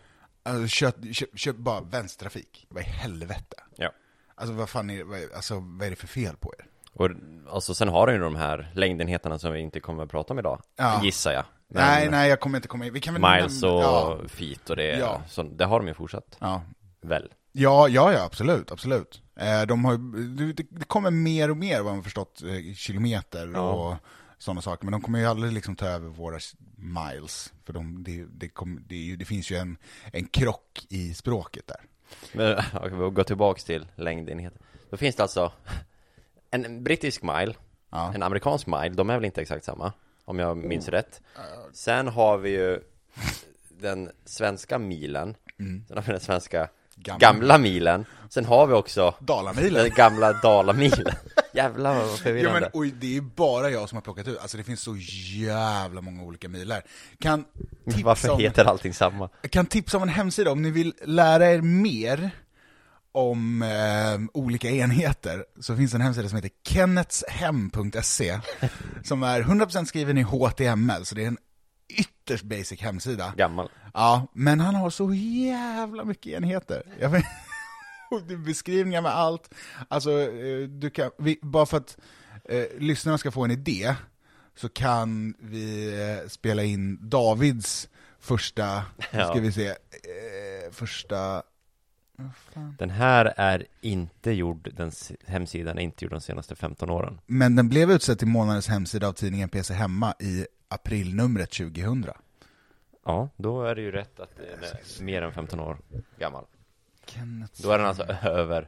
S1: Alltså, köp, köp, köp bara vänstertrafik, vad i helvete?
S2: ja.
S1: Alltså vad fan är, vad, är- alltså, vad är det för fel på er?
S2: Och alltså, sen har den ju de här längdenheterna som vi inte kommer att prata om idag,
S1: Ja.
S2: gissar jag. Men
S1: Nej, nej, jag kommer inte komma in. Vi kan väl
S2: Miles
S1: nämna-
S2: och
S1: Ja,
S2: feet och det,
S1: Ja.
S2: så, det har de ju fortsatt,
S1: ja.
S2: väl?
S1: Ja, ja, ja, absolut, absolut. Eh, De har, ju- det- det det kommer mer och mer, vad man förstått, eh, kilometer
S2: Ja.
S1: och sådana saker. Men de kommer ju aldrig liksom ta över våra s- miles. För de, det, det, kom, det, är ju, det finns ju en, en krock i språket där.
S2: Men [laughs] okej, vi går tillbaks till längdenheten. Då finns det alltså en brittisk mile,
S1: Ja.
S2: en amerikansk mile, de är väl inte exakt samma, om jag minns rätt. Sen har vi ju den svenska milen, sen har vi den svenska
S1: Gamla.
S2: Mm. gamla, milen, sen har vi också
S1: Dalamilen.
S2: den gamla dalamilen. [laughs] Jävlar vad
S1: Ja, men,
S2: förvirrande.
S1: och det är bara jag som har plockat ut, alltså det finns så jävla många olika miler. Kan tipsa
S2: Varför
S1: om...
S2: heter allting samma?
S1: Jag kan tipsa om en hemsida om ni vill lära er mer om eh, olika enheter så finns en hemsida som heter kennetshem.se som är 100% skriven i HTML så det är en ytterst basic hemsida.
S2: Gammal.
S1: Ja, men han har så jävla mycket enheter. Jag vet, [laughs] och det är beskrivningar med allt. Alltså, eh, du kan, vi, bara för att eh, lyssnarna ska få en idé så kan vi eh, spela in Davids första, nu ska
S2: Ja.
S1: vi se, eh, första, vad fan?
S2: Den här är inte gjord, den s- hemsidan är inte gjord de senaste 15 åren.
S1: men den blev utsedd till månadens hemsida av tidningen PC Hemma i aprilnumret 2000.
S2: Ja, då är det ju rätt att den är mer än 15 år gammal.
S1: Kenneth
S2: Då är den alltså [laughs] över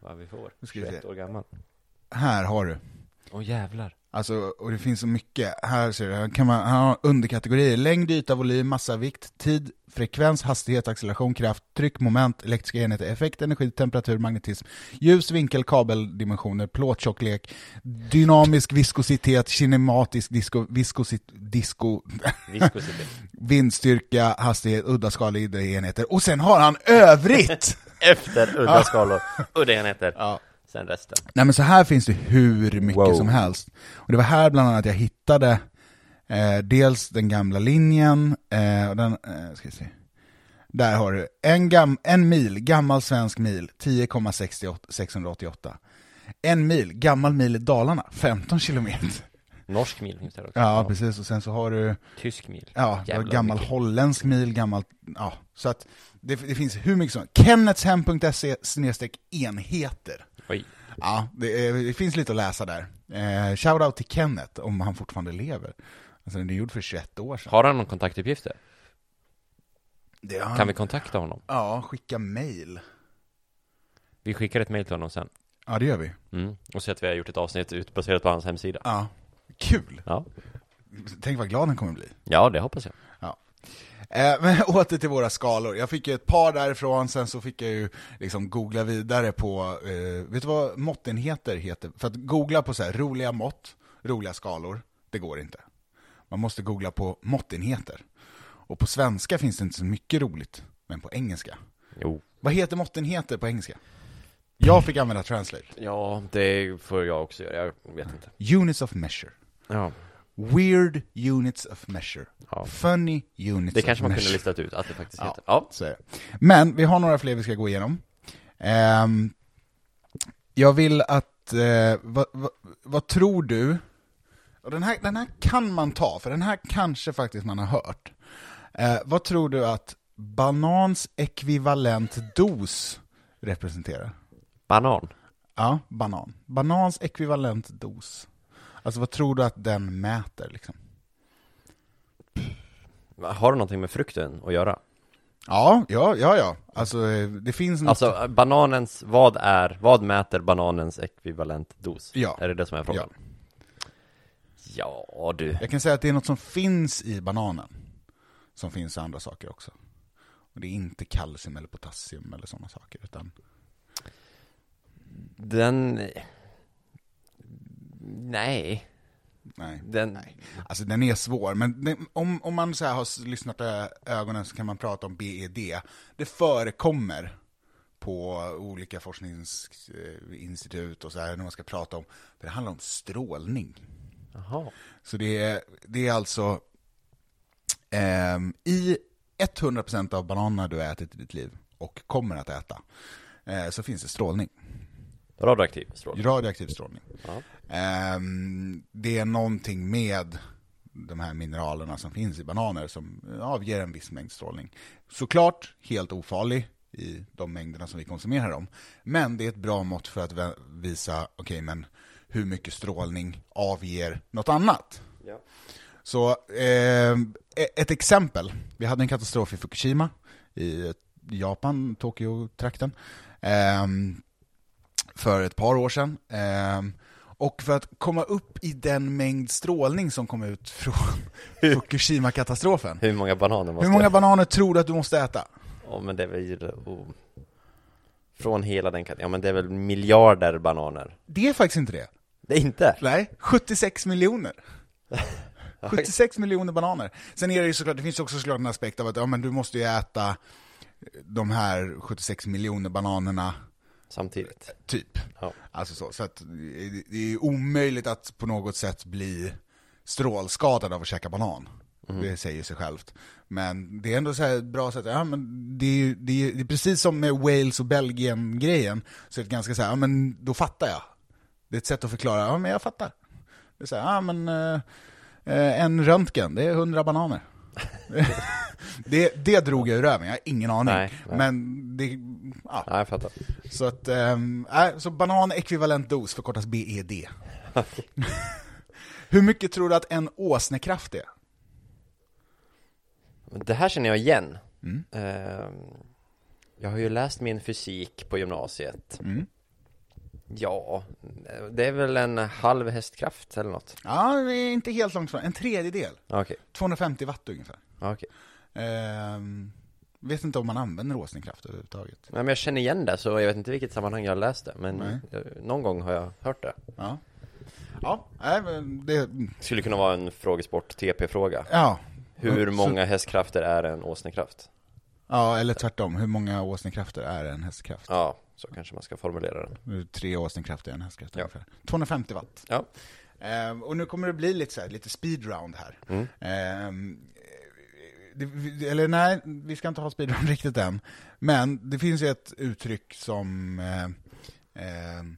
S2: vad vi får,
S1: Nu ska vi se.
S2: 21 år gammal.
S1: Här har du.
S2: Åh jävlar.
S1: Alltså, och det finns så mycket. Här ser du, här kan man, här har underkategorier. Längd, yta, volym, massa, vikt, tid, frekvens, hastighet, acceleration, kraft, tryck, moment, elektriska enheter, effekt, energi, temperatur, magnetism, ljus, vinkel, kabeldimensioner, plåttjocklek, dynamisk viskositet, kinematisk disco, viskosit, disco,
S2: Viskositet.
S1: vindstyrka, hastighet, udda skala, udda enheter. Och sen har han övrigt!
S2: Efter udda skalor. Udda enheter.
S1: Ja.
S2: Sen resten.
S1: Nej men så här finns det hur mycket
S2: Wow.
S1: som helst. Och det var här bland annat jag hittade eh, dels den gamla linjen, eh, och den, eh, ska vi se. Där har du en, gam, en mil, gammal svensk mil, 10,688. En mil, gammal mil i Dalarna, 15 kilometer.
S2: Norsk mil finns det också.
S1: Ja, precis. Och sen så har du
S2: Tysk mil.
S1: Ja, det var
S2: Jävlar,
S1: gammal
S2: mycket.
S1: holländsk mil, gammal, ja. Så att det, det finns hur mycket som Kennetshem.se snedstreck enheter.
S2: Oj.
S1: Ja, det, är- det finns lite att läsa där. Eh, Shoutout till Kenneth, om han fortfarande lever. Alltså den är gjord för 21 år sedan.
S2: Har han någon kontaktuppgifter?
S1: Det har han-
S2: Kan vi kontakta honom?
S1: Ja, skicka mail.
S2: Vi skickar ett mail till honom sen.
S1: Ja, det gör vi.
S2: Mm. Och så att vi har gjort ett avsnitt ut baserat på hans hemsida.
S1: Ja, kul.
S2: Ja.
S1: Tänk vad glad han kommer bli.
S2: Ja, det hoppas jag.
S1: Ja. Eh, [laughs] men åter till våra skalor. Jag fick ju ett par därifrån, sen så fick jag ju liksom googla vidare på, eh, vet du vad måttenheter heter? För att googla på så här roliga mått, roliga skalor, det går inte. Man måste googla på måttenheter. Och på svenska finns det inte så mycket roligt, men på engelska.
S2: Jo.
S1: Vad heter måttenheter på engelska? Jag fick använda translate.
S2: Ja, det får jag också göra. Jag vet inte.
S1: Units of measure.
S2: Ja.
S1: Weird units of measure.
S2: Ja.
S1: Funny units
S2: Det
S1: of
S2: kanske man kunde
S1: measure.
S2: listat ut att det faktiskt
S1: Ja.
S2: heter. Ja.
S1: Så är det. Men vi har några fler vi ska gå igenom. Ehm, jag vill att, eh, vad, vad, vad tror du? Och den, här, den här kan man ta, för den här kanske faktiskt man har hört. Eh, vad tror du att banans ekvivalent dos representerar?
S2: Banan.
S1: Ja, banan. Banans ekvivalent dos. Alltså vad tror du att den mäter liksom?
S2: Har det någonting med frukten att göra?
S1: Ja, ja, ja, ja. Alltså eh, det finns något...
S2: Alltså, eh, bananens, vad är, vad mäter bananens ekvivalent dos?
S1: Ja.
S2: Är det det som är
S1: ja.
S2: frågan? Ja, du.
S1: Jag kan säga att det är något som finns i bananen, som finns i andra saker också. Och det är inte kalcium eller potassium eller sådana saker, utan
S2: Den... Nej.
S1: Nej.
S2: Den,
S1: Nej. Alltså den är svår, men den, om, om man så här har s- lyssnat ö- ögonen så kan man prata om BED. Det förekommer på olika forskningsinstitut och så här när man ska prata om, för det handlar om strålning.
S2: Jaha.
S1: Så det är, det är alltså ehm, i 100% av bananerna du har ätit i ditt liv och kommer att äta eh, så finns det strålning,
S2: Radioaktiv strålning.
S1: radioaktiv strålning.
S2: Ja.
S1: Ehm, det är någonting med de här mineralerna som finns i bananer som avger en viss mängd strålning. Såklart helt ofarlig i de mängderna som vi konsumerar dem. Men det är ett bra mått för att vä- visa, okej men hur mycket strålning avger något annat?
S2: Ja.
S1: Så eh, ett exempel. Vi hade en katastrof i Fukushima i Japan, Tokyo-trakten, eh, för ett par år sedan. Eh, och för att komma upp i den mängd strålning som kom ut från Fukushima-katastrofen.
S2: Hur många bananer måste
S1: Hur många bananer tror du att du måste äta?
S2: Ja men det är väl oh. Från hela den kat- Ja men det är väl miljarder bananer
S1: Det är faktiskt inte det.
S2: Det är inte?
S1: Nej, 76 miljoner. 76 miljoner bananer. Sen är det ju såklart, det finns också såklart en aspekt av att ja, men du måste ju äta de här 76 miljoner bananerna,
S2: Samtidigt
S1: typ.
S2: Ja.
S1: Alltså så, så att det- det är ju omöjligt att på något sätt bli strålskadad av att käka banan.
S2: Mm.
S1: Det säger sig självt. Men det är ändå så här ett bra sätt, ja, men det, är ju, det, är, ju- det är precis som med Wales och Belgien-grejen, så är det ganska så här, ja, men då fattar jag. Det är ett sätt att förklara, ja men jag fattar. Det är så här, ja men eh, eh, en röntgen, det är 100 bananer.
S2: [laughs]
S1: [laughs] det, det drog jag ur röven, jag har ingen aning.
S2: Nej, nej.
S1: Men det, ja.
S2: Ja jag fattar
S1: Så att, ehm, äh, så banan ekvivalent dos förkortas
S2: [laughs]
S1: BED. E Hur mycket tror du att en åsnekraft är?
S2: Det här känner jag igen
S1: Mm.
S2: Ehm, Jag har ju läst min fysik på gymnasiet
S1: Mm.
S2: Ja Det är väl en halv hästkraft eller något
S1: Ja, det är inte helt långt från. En tredjedel.
S2: Ja, Okej,
S1: 250 watt ungefär.
S2: Ja, okej
S1: Ehm, vet inte om man använder åsnekraft överhuvudtaget.
S2: Nej men jag känner igen det så jag vet inte vilket sammanhang jag läste Men
S1: Nej.
S2: jag- någon gång har jag hört det
S1: Ja, ja nej, men det,
S2: Skulle kunna vara en frågesport TP-fråga
S1: ja.
S2: Hur
S1: Så-
S2: många hästkrafter är en åsnekraft?
S1: Ja, eller tvärtom. Hur många åsnekrafter är en hästkraft?
S2: Ja, så kanske man ska formulera den
S1: Tre åsnekrafter är en hästkraft
S2: Ja.
S1: ungefär. 250 watt.
S2: Ja,
S1: Ehm, och nu kommer det bli lite, så här, lite speedround här. Ehm, det, vi- eller nej, vi ska inte ha speedround [laughs] riktigt än. Men det finns ju ett uttryck som eh, ehm,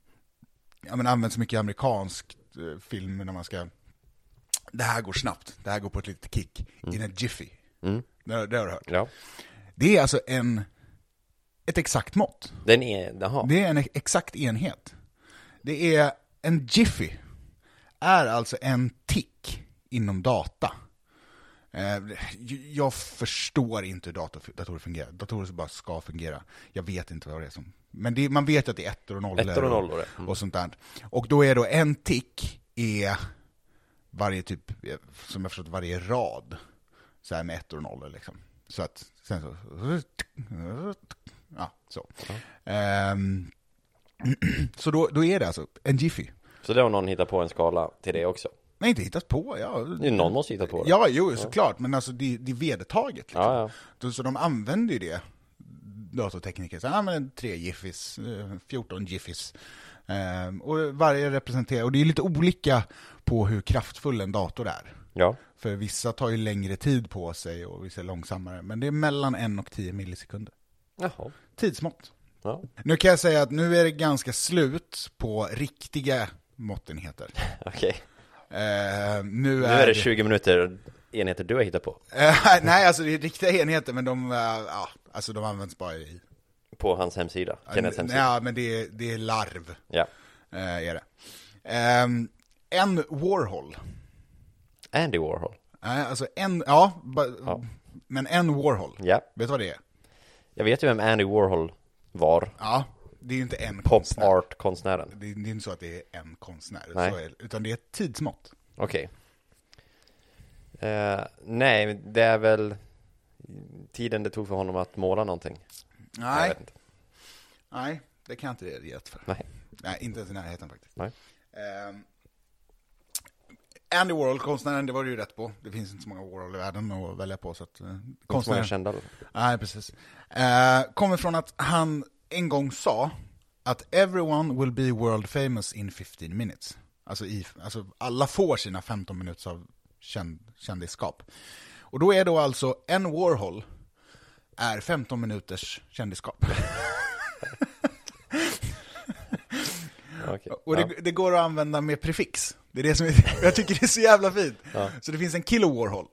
S1: ja, men används mycket i amerikansk eh, film när man ska... Det här går snabbt, det här går på ett litet kick. In a jiffy. Det, det har du hört.
S2: ja
S1: Det är alltså en, ett exakt mått.
S2: Den är, jaha,
S1: Det är en exakt enhet. Det är en jiffy. Är alltså en tick inom data. Eh, Jag förstår inte hur dator, datorer fungerar. Datorer bara ska fungera. Jag vet inte vad det är som... Men det, man vet ju att det är ettor och nollor.
S2: Ettor och nollor, ja. Mm.
S1: Och sånt där. Och då är då en tick är varje typ, som jag förstått, varje rad. Så här med ettor och nollor liksom. Så att, sen så... Ja, så. Ehm, [clears throat] så då, då är det alltså en Jiffy.
S2: så det har någon hittat på en skala till det också
S1: Nej, inte hittat på. Ja,
S2: Det är Någon måste hitta på det
S1: ja jo, såklart. Men alltså, det, det är vedertaget. Liksom.
S2: Ja, ja.
S1: Då- Så de använder ju det, datortekniker. Så, ja, men tre Jiffys, eh, 14 Jiffys. Ehm, och varje representerar, och det är lite olika på hur kraftfull en dator är.
S2: ja.
S1: För vissa tar ju längre tid på sig och vissa är långsammare. Men det är mellan 1 och 10 millisekunder.
S2: Jaha,
S1: Tidsmått.
S2: ja.
S1: Nu kan jag säga att nu är det ganska slut på riktiga måttenheter.
S2: [laughs] okej
S1: Eh, nu,
S2: Nu är det 20 minuter enheter du har hittat på
S1: Eh, [laughs] nej, alltså det är riktiga enheter, men de, eh, ja, alltså de används bara i...
S2: På hans hemsida, Kenneths hemsida
S1: Ja, men det är, det är larv,
S2: Ja
S1: eh, är det. Ehm, en Warhol.
S2: Andy Warhol
S1: Eh, alltså en, ja, ba, men en Warhol.
S2: Ja,
S1: Vet du vad det är?
S2: jag vet ju vem Andy Warhol var
S1: Ja, det är ju inte en
S2: Pop
S1: konstnär.
S2: art-konstnären
S1: Det är, det är inte så att det är en konstnär,
S2: Nej.
S1: så är, det, utan det är ett tidsmått.
S2: Okej Eh, Nej, det är väl tiden det tog för honom att måla någonting Jag
S1: Nej,
S2: vet inte.
S1: nej, det kan jag inte ge rätt för.
S2: Nej,
S1: Nej, inte ens i närheten faktiskt.
S2: nej
S1: Ehm, Andy Warhol-konstnären, det var du ju rätt på. Det finns inte så många Warhol i världen att välja på. Så att, eh,
S2: Som är
S1: konstnären.
S2: kända.
S1: Nej, precis. Eh, kommer från att han en gång sa att everyone will be world famous in 15 minutes. Alltså, i, alltså alla får sina 15 minuter av känd, kändisskap. Och då är då alltså en Warhol är 15 minuters kändisskap.
S2: Okej.
S1: Och
S2: Ja.
S1: det, det går att använda med prefix. Det är det som är, [laughs] jag tycker det är så jävla fint.
S2: Ja.
S1: Så det finns en kilo Warhol.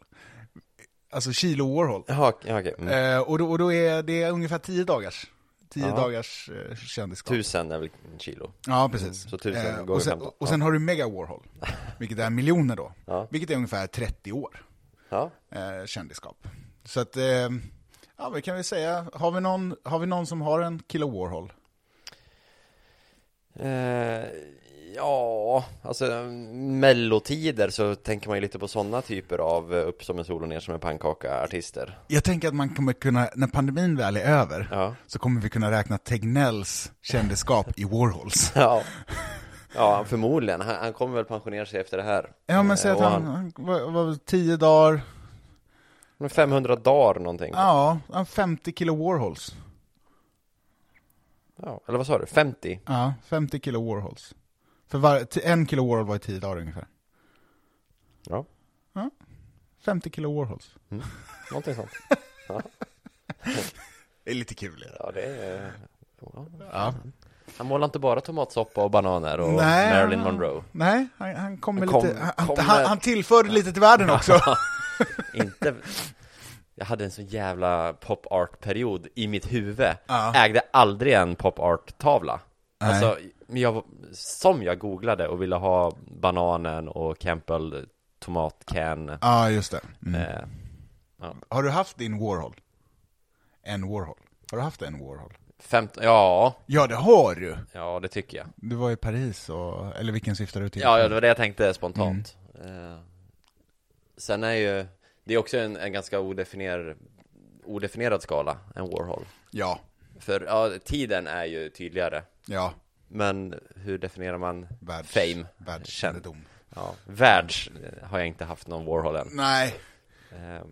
S1: Alltså kilo Warhol.
S2: Jaha, okej. okej. Mm.
S1: Eh, och, då, och då är det ungefär 10 dagars. 10
S2: Ja. Typ.
S1: dagars eh, kändisskap.
S2: Tusen är väl kilo.
S1: Ja, precis.
S2: Så tusen
S1: Eh,
S2: gånger
S1: och, sen,
S2: 15,
S1: och sen har du Mega Warhol, vilket är miljoner då.
S2: Ja.
S1: Vilket är ungefär 30 år
S2: Ja.
S1: eh, kändisskap. Så att, eh, ja vad kan vi säga, har vi någon, har vi någon som har en kilo Warhol?
S2: Eh, ja, alltså mellotider så tänker man ju lite på sådana typer av eh, upp som en sol och ner som en pannkaka artister.
S1: Jag tänker att man kommer kunna, när pandemin väl är över,
S2: Ja.
S1: så kommer vi kunna räkna Tegnells kändisskap i Warhols.
S2: [laughs] Ja, ja förmodligen. Han, han kommer väl pensionera sig efter det här.
S1: Ja men säg
S2: Eh,
S1: att
S2: och
S1: han, han var, var 10 dagar,
S2: han 500 dagar någonting.
S1: ja, han 50 kilo Warhols.
S2: Ja, Eller vad sa du? 50?
S1: Ja, 50 kilo Warhols. För var, t- en kilo Warhol var i 10 dagar ungefär.
S2: Ja,
S1: 50 kilo Warhols.
S2: någonting sånt.
S1: Det är lite kul.
S2: Ja, det är... Ja.
S1: Ja.
S2: Han målar inte bara tomatsoppa och bananer och
S1: Nej,
S2: Marilyn
S1: han-
S2: Monroe.
S1: Nej, han, han kommer
S2: Han kom-
S1: lite, han- han,
S2: kommer-
S1: han, han tillförde lite till världen också.
S2: Inte... Jag hade en så jävla pop art-period i mitt huvud.
S1: Ja.
S2: Ägde aldrig en pop art-tavla.
S1: Nej.
S2: [laughs] Alltså, men jag, som jag googlade och ville ha bananen och Campbell tomatcan.
S1: Ja, just det. Mm.
S2: Eh,
S1: Har du haft din Warhol? En Warhol? Har du haft en Warhol?
S2: 15, ja,
S1: Ja, det har du!
S2: ja det tycker jag.
S1: Du var i Paris och, eller vilken syftar du Mm. till?
S2: Ja, ja, det var det jag tänkte spontant. Eh, sen är ju, det är också en, en ganska odefinier, odefinierad skala, en Warhol.
S1: ja,
S2: För ja, tiden är ju tydligare,
S1: ja.
S2: men hur definierar man
S1: Världs,
S2: fame?
S1: Världskännedom.
S2: Ja, världs eh, har jag inte haft någon Warhol än.
S1: Nej,
S2: Eh,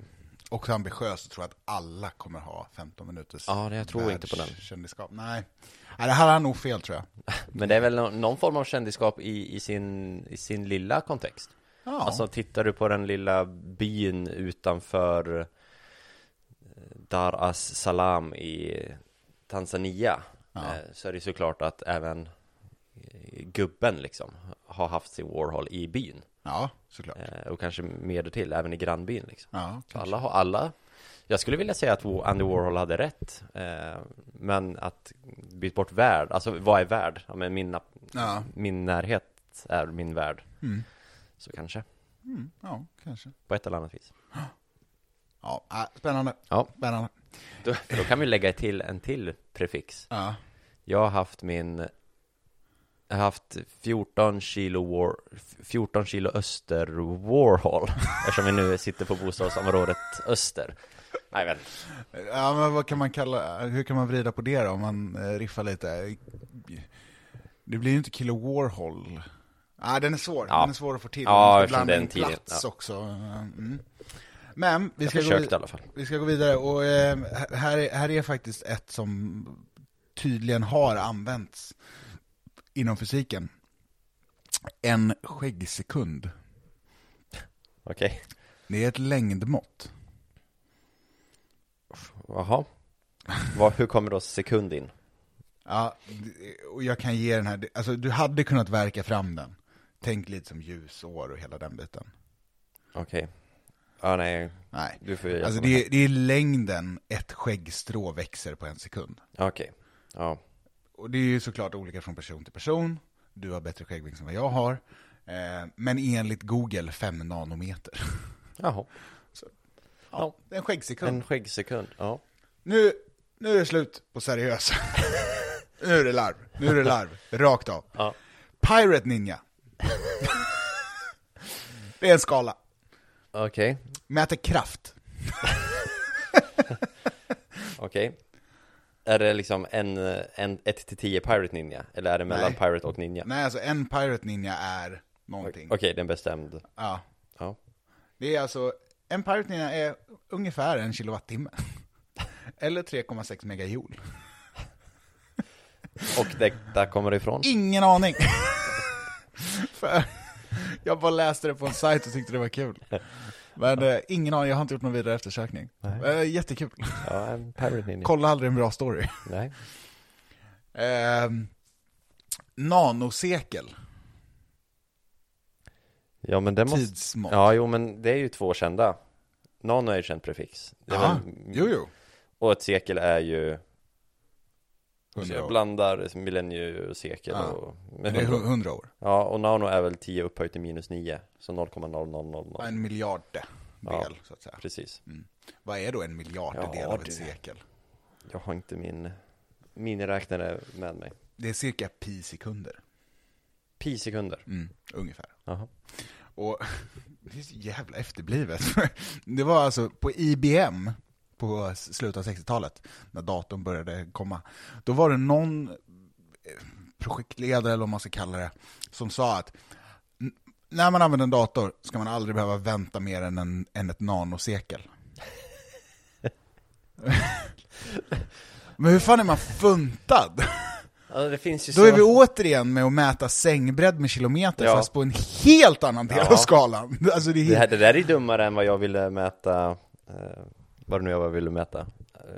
S1: och så ambitiöst tror jag att alla kommer ha 15 minuters
S2: Ja, nej, jag tror inte på den.
S1: världskändisskap. Nej. Nej, det här har han nog fel tror jag.
S2: men det är väl nå- någon form av kändiskap i, i, sin, i sin lilla kontext.
S1: Ja.
S2: Alltså tittar du på den lilla byn utanför eh, Dar es Salaam i Tanzania
S1: Ja.
S2: eh, Så är det såklart att även eh, gubben liksom har haft sin Warhol i byn
S1: ja, såklart.
S2: eh, Och kanske mer till, även i grannbyn liksom
S1: Ja,
S2: Så Alla har alla Jag skulle vilja säga att Wa- Andy Warhol hade rätt eh, Men att byta bort värld, alltså vad är värld? Ja, men min,
S1: ja.
S2: min närhet är min värld
S1: Mm.
S2: Så kanske,
S1: Mm, ja kanske.
S2: på ett eller annat vis
S1: Ja, äh, spännande.
S2: Ja.
S1: Spännande.
S2: Då, för då kan vi lägga till en till prefix.
S1: Ja.
S2: Jag har haft min, jag har haft 14 kilo war, 14 kilo öster Warhol, eftersom vi nu sitter på bostadsområdet öster. Nej men,
S1: Ja, men vad kan man kalla, hur kan man vrida på det då, om man eh, riffar lite? Det blir ju inte Kilo Warhol. Ah, den är svår,
S2: Ja.
S1: den är svår att få till.
S2: Ja,
S1: Man får
S2: eftersom
S1: blanda
S2: det är en
S1: in
S2: tidig-
S1: plats
S2: ja.
S1: också. Mm. Men vi
S2: jag
S1: ska, gå
S2: försökte i
S1: vid,
S2: alla fall.
S1: vi ska gå vidare och eh, här, är, här är faktiskt ett som tydligen har använts inom fysiken. En skäggsekund.
S2: Okej.
S1: Det är ett längdmått.
S2: Jaha. Var, hur kommer då sekund in?
S1: Ja, och jag kan ge den här, alltså du hade kunnat verka fram den. Tänk lite som ljusår och hela den biten.
S2: Okej. Ja nej,
S1: Nej.
S2: du får ju hjälpa
S1: Alltså
S2: mig.
S1: det är, det är längden ett skäggstrå växer på en sekund.
S2: Okej. Ja.
S1: Och det är ju såklart olika från person till person. Du har bättre skäggväxt än vad jag har. Eh, men enligt Google 5 nanometer.
S2: Jaha.
S1: Ja, det är en skäggsekund.
S2: En skäggsekund. Ja.
S1: Nu, nu är det slut på [laughs] seriösa. nu är det larv. Nu är det larv. Rakt av.
S2: Ja.
S1: Pirate Ninja. det är en skala.
S2: Okej.
S1: Mäter kraft.
S2: Okej. Är det liksom en, en 1 till 10 Pirate Ninja? Eller är det mellan
S1: Nej.
S2: Pirate och Ninja?
S1: Nej, alltså en Pirate Ninja är någonting.
S2: Okej, det är en bestämd...
S1: Ja.
S2: Ja.
S1: Det är alltså, en Pyrotina är ungefär en kilowattimme. Eller 3,6 megajoule.
S2: Och detta kommer ifrån?
S1: Ingen aning. [laughs] För jag bara läste det på en sajt och tyckte det var kul. Men eh, ingen aning, jag har inte gjort någon vidare eftersökning.
S2: Nej.
S1: Eh, jättekul.
S2: Ja, en pirate ninja.
S1: Kolla aldrig en bra story.
S2: Nej.
S1: Eh, nanosekel,
S2: Ja, men det måste...
S1: tidsmått.
S2: Ja, jo, men det är ju två kända. Nano är ju känt prefix. Det är
S1: Ja,
S2: väl-
S1: Jo, jo.
S2: Och ett sekel är ju... Så
S1: 100
S2: jag
S1: år.
S2: blandar millenniesekel
S1: Ja.
S2: och...
S1: Det är 100 år.
S2: Ja, och nano är väl 10 upphöjt till minus 9. Så 0,0000.
S1: En miljarddel,
S2: Ja.
S1: så att säga.
S2: Precis.
S1: Vad är då en miljarddel
S2: Ja,
S1: av ett
S2: det-
S1: sekel?
S2: Jag har inte min miniräknare med mig.
S1: Det är cirka pi sekunder,
S2: Pi sekunder.
S1: mm, ungefär.
S2: Jaha.
S1: Och [laughs] det är så jävla efterblivet. [laughs] Det var alltså på IBM på s- slutet av 60-talet, när datorn började komma. Då var det någon eh, projektledare, eller vad man ska kalla det, som sa att "N- när man använder en dator ska man aldrig behöva vänta mer än, en, än ett nanosekel. Men hur fan är man funtad?
S2: Alltså, det finns ju
S1: Då är vi återigen med att mäta sängbredd med kilometer,
S2: Ja.
S1: fast på en helt annan del av
S2: Ja.
S1: skalan. [laughs] Alltså det är
S2: Det, här,
S1: helt...
S2: det där är dummare än vad jag ville mäta, eh, vad det nu var jag ville mäta.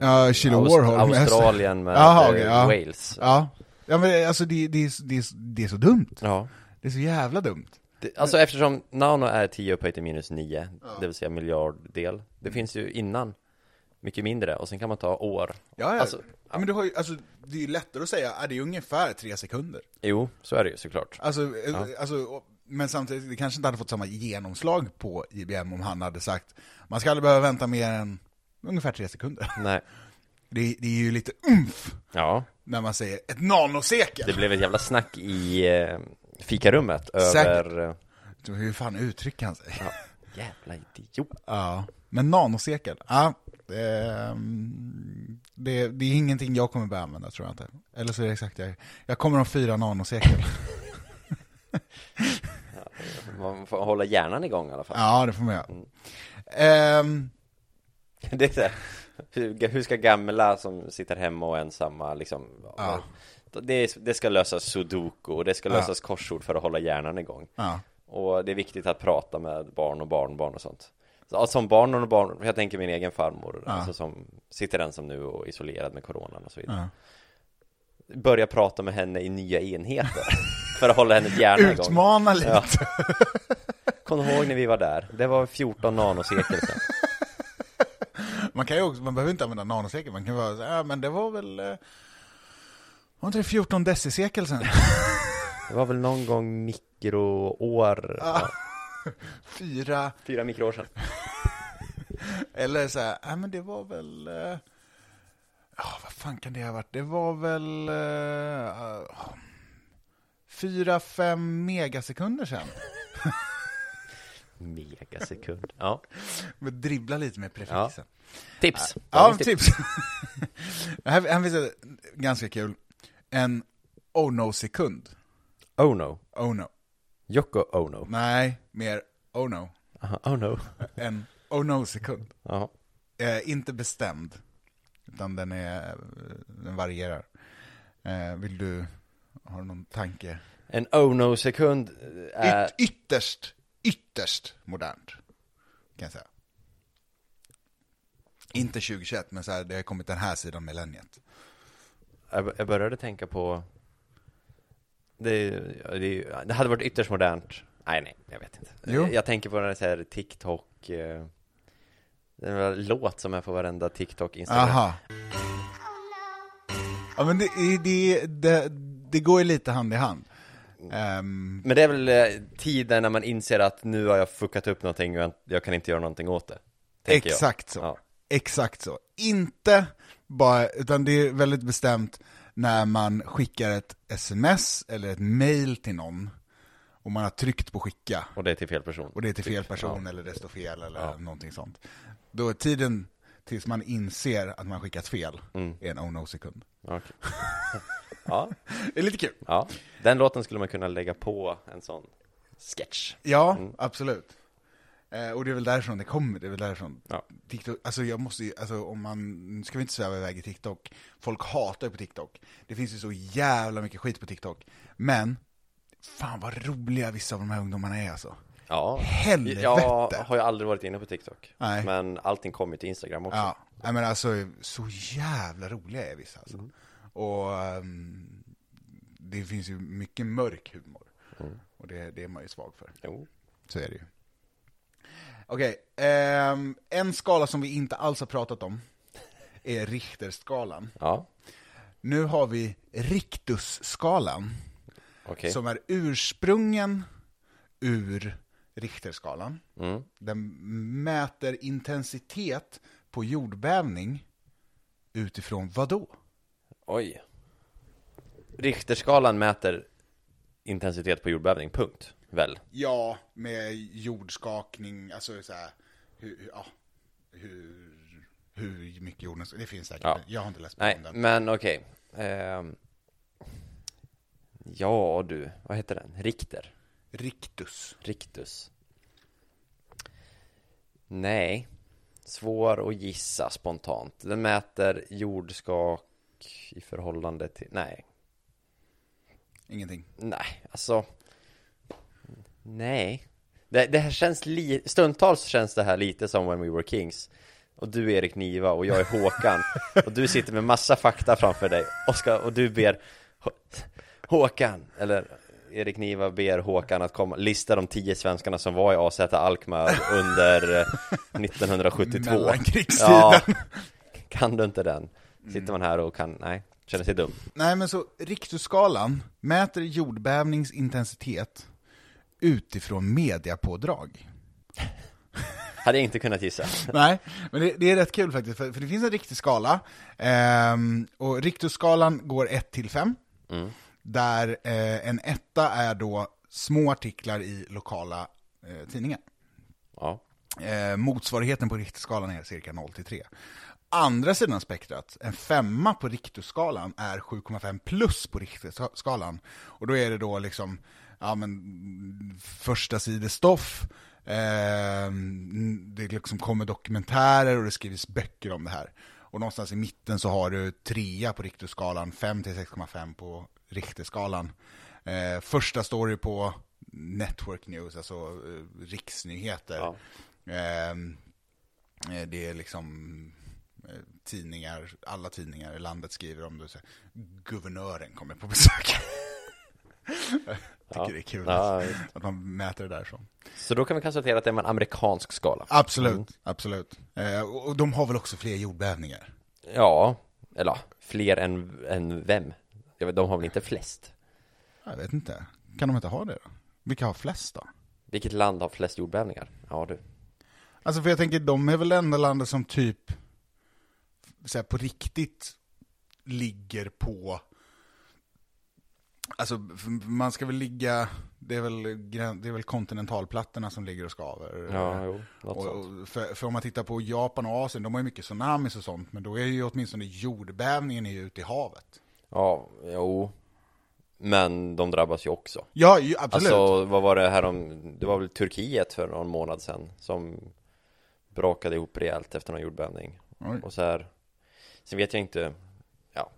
S1: Ja, Kilo
S2: Aust-
S1: Warhol med-
S2: Australien med
S1: Jaha,
S2: eh,
S1: okej, ja.
S2: Wales.
S1: Ja. ja, men alltså det, det, är, så- det, är, så- det är så dumt.
S2: Ja.
S1: Det är så jävla dumt.
S2: Det, alltså eftersom nano är 10 upphöjt till minus 9, det vill säga miljarddel. Det
S1: Mm.
S2: finns ju innan, mycket mindre, och sen kan man ta år.
S1: Ja, ja.
S2: Alltså,
S1: ja. Men du har ju, alltså, det är ju lättare att säga att det är ungefär tre sekunder.
S2: Jo, så är det ju såklart.
S1: Alltså, eh, alltså, och- men samtidigt, det kanske inte hade fått samma genomslag på IBM om han hade sagt man ska aldrig behöva vänta mer än ungefär tre sekunder. [laughs]
S2: Nej.
S1: Det, det är ju lite umf
S2: Ja,
S1: när man säger ett nanosekel.
S2: det blev ett jävla snack i eh, fikarummet
S1: Säkert.
S2: över... eh,
S1: Så Hur fan uttrycker han sig?
S2: Ja, jävla idiot.
S1: [laughs] Ja, men nanosekel, ja. Det, ehm, det, det är ingenting jag kommer börja använda tror jag inte. Eller så är det exakt jag. Jag kommer om fyra
S2: [laughs]
S1: nanosekel.
S2: Man får hålla hjärnan igång i alla fall.
S1: Ja, det får man göra. Ehm,
S2: [laughs] Det är så här, hur, hur ska gamla som sitter hemma och ensamma liksom
S1: Ja.
S2: det, det ska lösas sudoku och det ska
S1: Ja.
S2: lösas korsord för att hålla hjärnan igång
S1: ja.
S2: Och det är viktigt att prata med barn och barnbarn och sånt så, ja, Som barn och barn, jag tänker min egen farmor
S1: Ja.
S2: alltså som sitter ensam nu och isolerad med coronan och så vidare
S1: ja.
S2: Börja prata med henne i nya
S1: [laughs]
S2: enheter För att hålla hennes hjärna igång
S1: Utmana lite.
S2: Ja. Kom ihåg när vi var där, det var 14 nanosekel sedan
S1: [laughs] Man, kan ju också, man behöver inte använda nanosekel, man kan vara så här, ja, men det var väl... eh, Var inte det 14 decisekel
S2: [laughs]
S1: sen?
S2: Det var väl någon gång mikroår ja.
S1: Fyra...
S2: Fyra mikroår sedan
S1: Eller så här, ja, men det var väl... eh, Ja, vad fan kan det ha varit? Det var väl... eh, Fyra, fem megasekunder sen.
S2: Megasekund. Ja.
S1: [laughs] Men dribbla lite med prefixen.
S2: Tips.
S1: Ja, tips. typ. [laughs] här, här finns ett ganska kul. En oh no-sekund.
S2: Oh no.
S1: Oh no.
S2: Yoko oh no.
S1: Nej, mer oh no.
S2: Aha, oh no.
S1: En oh no-sekund.
S2: Ja.
S1: Eh, inte bestämd, utan den, är, den varierar. Eh, vill du, har du någon tanke?
S2: En oh eh, no sekund är...
S1: Yt, ytterst, ytterst modernt, kan jag säga. Inte 2021, men så här, det har kommit den här sidan millenniet.
S2: Jag jag började tänka på... Det, det, det hade varit ytterst modernt. Nej, nej, jag vet inte.
S1: Jo.
S2: Jag tänker på den här, så här TikTok... eh, Den där låt som är på varenda TikTok, Instagram.
S1: Aha. Ja, men det, det, det, det går ju lite hand i hand. Ehm,
S2: Men det är väl eh, tiden när man inser att nu har jag fuckat upp någonting och jag- jag kan inte göra någonting åt det. tänker jag.
S1: Exakt så.
S2: Ja.
S1: Exakt så. Inte bara, utan det är väldigt bestämt när man skickar ett sms eller ett mail till någon och man har tryckt på skicka
S2: Och det är till fel person.
S1: och det är till fel
S2: Typ.
S1: person
S2: Ja.
S1: eller det står fel eller
S2: Ja.
S1: någonting sånt. Då är tiden tills man inser att man skickat fel
S2: Mm.
S1: är en oh no sekund.
S2: Okej. [laughs] ja,
S1: Det är lite kul.
S2: ja. Den låten skulle man kunna lägga på en sån. sketch.
S1: Ja,
S2: Mm.
S1: absolut. Eh, och det är väl därifrån det kommer, det är väl därifrån
S2: Ja.
S1: TikTok, alltså jag måste ju, alltså om man, nu ska vi inte sväva iväg i TikTok, folk hatar ju på TikTok. Det finns ju så jävla mycket skit på TikTok. Men, fan vad roliga vissa av de här ungdomarna är alltså.
S2: Ja.
S1: Helvete!
S2: Jag har ju aldrig varit inne på TikTok.
S1: Nej.
S2: Men allting kommer till Instagram också.
S1: Ja, nej, men alltså så jävla roliga är vissa alltså. Och ehm, det finns ju mycket mörk humor. Och det, det är man ju svag för.
S2: Jo.
S1: Mm. Så är det ju. Okej, ehm, en skala som vi inte alls har pratat om är Richterskalan.
S2: Ja,
S1: Nu har vi Rictusskalan,
S2: okej.
S1: som är ursprungen ur Richterskalan.
S2: Mm.
S1: Den mäter intensitet på jordbävning utifrån vad då?
S2: Oj. Richterskalan mäter intensitet på jordbävning, punkt. Väl?
S1: Ja, med jordskakning, alltså så här, hur, ja, hur, hur mycket jorden, det finns säkert,
S2: Ja.
S1: jag har inte läst på
S2: Nej,
S1: om den.
S2: men okej. Ehm. Ja du, vad heter den? Richter?
S1: Riktus.
S2: Riktus? Nej. Svår att gissa spontant. Den mäter jordskak i förhållande till... Nej.
S1: Ingenting.
S2: Nej, alltså... Nej. Det, det här känns li... Stundtals känns det här lite som When We Were Kings. Och du är Erik Niva och jag är Håkan. och du sitter med massa fakta framför dig. Och, ska, och du ber H- Håkan, eller Erik Niva ber Håkan att komma, lista de tio svenskarna som var i AZ Alkmaar under eh, 1972.
S1: Mellankrigstiden.
S2: Ja, kan du inte den? Sitter man här och kan, nej, känner sig dum.
S1: Nej men så, Riktusskalan mäter jordbävnings intensitet utifrån mediapådrag.
S2: Hade jag inte kunnat gissa.
S1: [laughs] Nej, men det, det är rätt kul faktiskt, för, för det finns en riktig skala. Ehm, och Riktusskalan går 1 till 5. Där eh, en etta är då små artiklar i lokala eh, tidningar.
S2: Ja,
S1: Eh, motsvarigheten på Richterskalan är cirka 0 till 3. Andra sidan spektrat, en femma på Richterskalan är 7,5 plus på Richterskalan. Och då är det då liksom, ja men, första sidestoff, eh, det liksom kommer dokumentärer och det skrivs böcker om det här. Och någonstans i mitten så har du trea på Richterskalan, 5 till 6,5 på Richterskalan. Eh, första står ju på Network News, alltså eh, riksnyheter.
S2: Ja.
S1: Ehm, eh, det är liksom eh, tidningar, alla tidningar i landet skriver om det. Så här, guvernören kommer på besök. [laughs] Jag tycker
S2: Ja.
S1: det är kul
S2: Ja,
S1: att, att man mäter det där så.
S2: Så då kan vi konstatera att det är en amerikansk skala.
S1: Absolut,
S2: Mm.
S1: absolut. Eh, och och de har väl också fler jordbävningar?
S2: Ja, eller ja, fler än, än vem? Jag vet, de har väl inte flest?
S1: Jag vet inte. Kan de inte ha det då? Vilka har flest då?
S2: Vilket land har flest jordbävningar? Ja du.
S1: Alltså för jag tänker, de är väl det enda landet som typ så här, på riktigt ligger på Alltså f- man ska väl ligga, det är väl, grän- det är väl kontinentalplattorna som ligger och skaver.
S2: Ja, jo, något
S1: och,
S2: sånt.
S1: och för, för om man tittar på Japan och Asien, de har ju mycket tsunamis och sånt, men då är ju åtminstone jordbävningen är ju ute i havet.
S2: Ja, jo. Men de drabbas ju också.
S1: Ja, ju, absolut.
S2: Alltså, vad var det här om, det var väl Turkiet för någon månad sedan som brakade ihop rejält efter någon jordbävning.
S1: Oj.
S2: Och så här, sen vet jag inte, ja,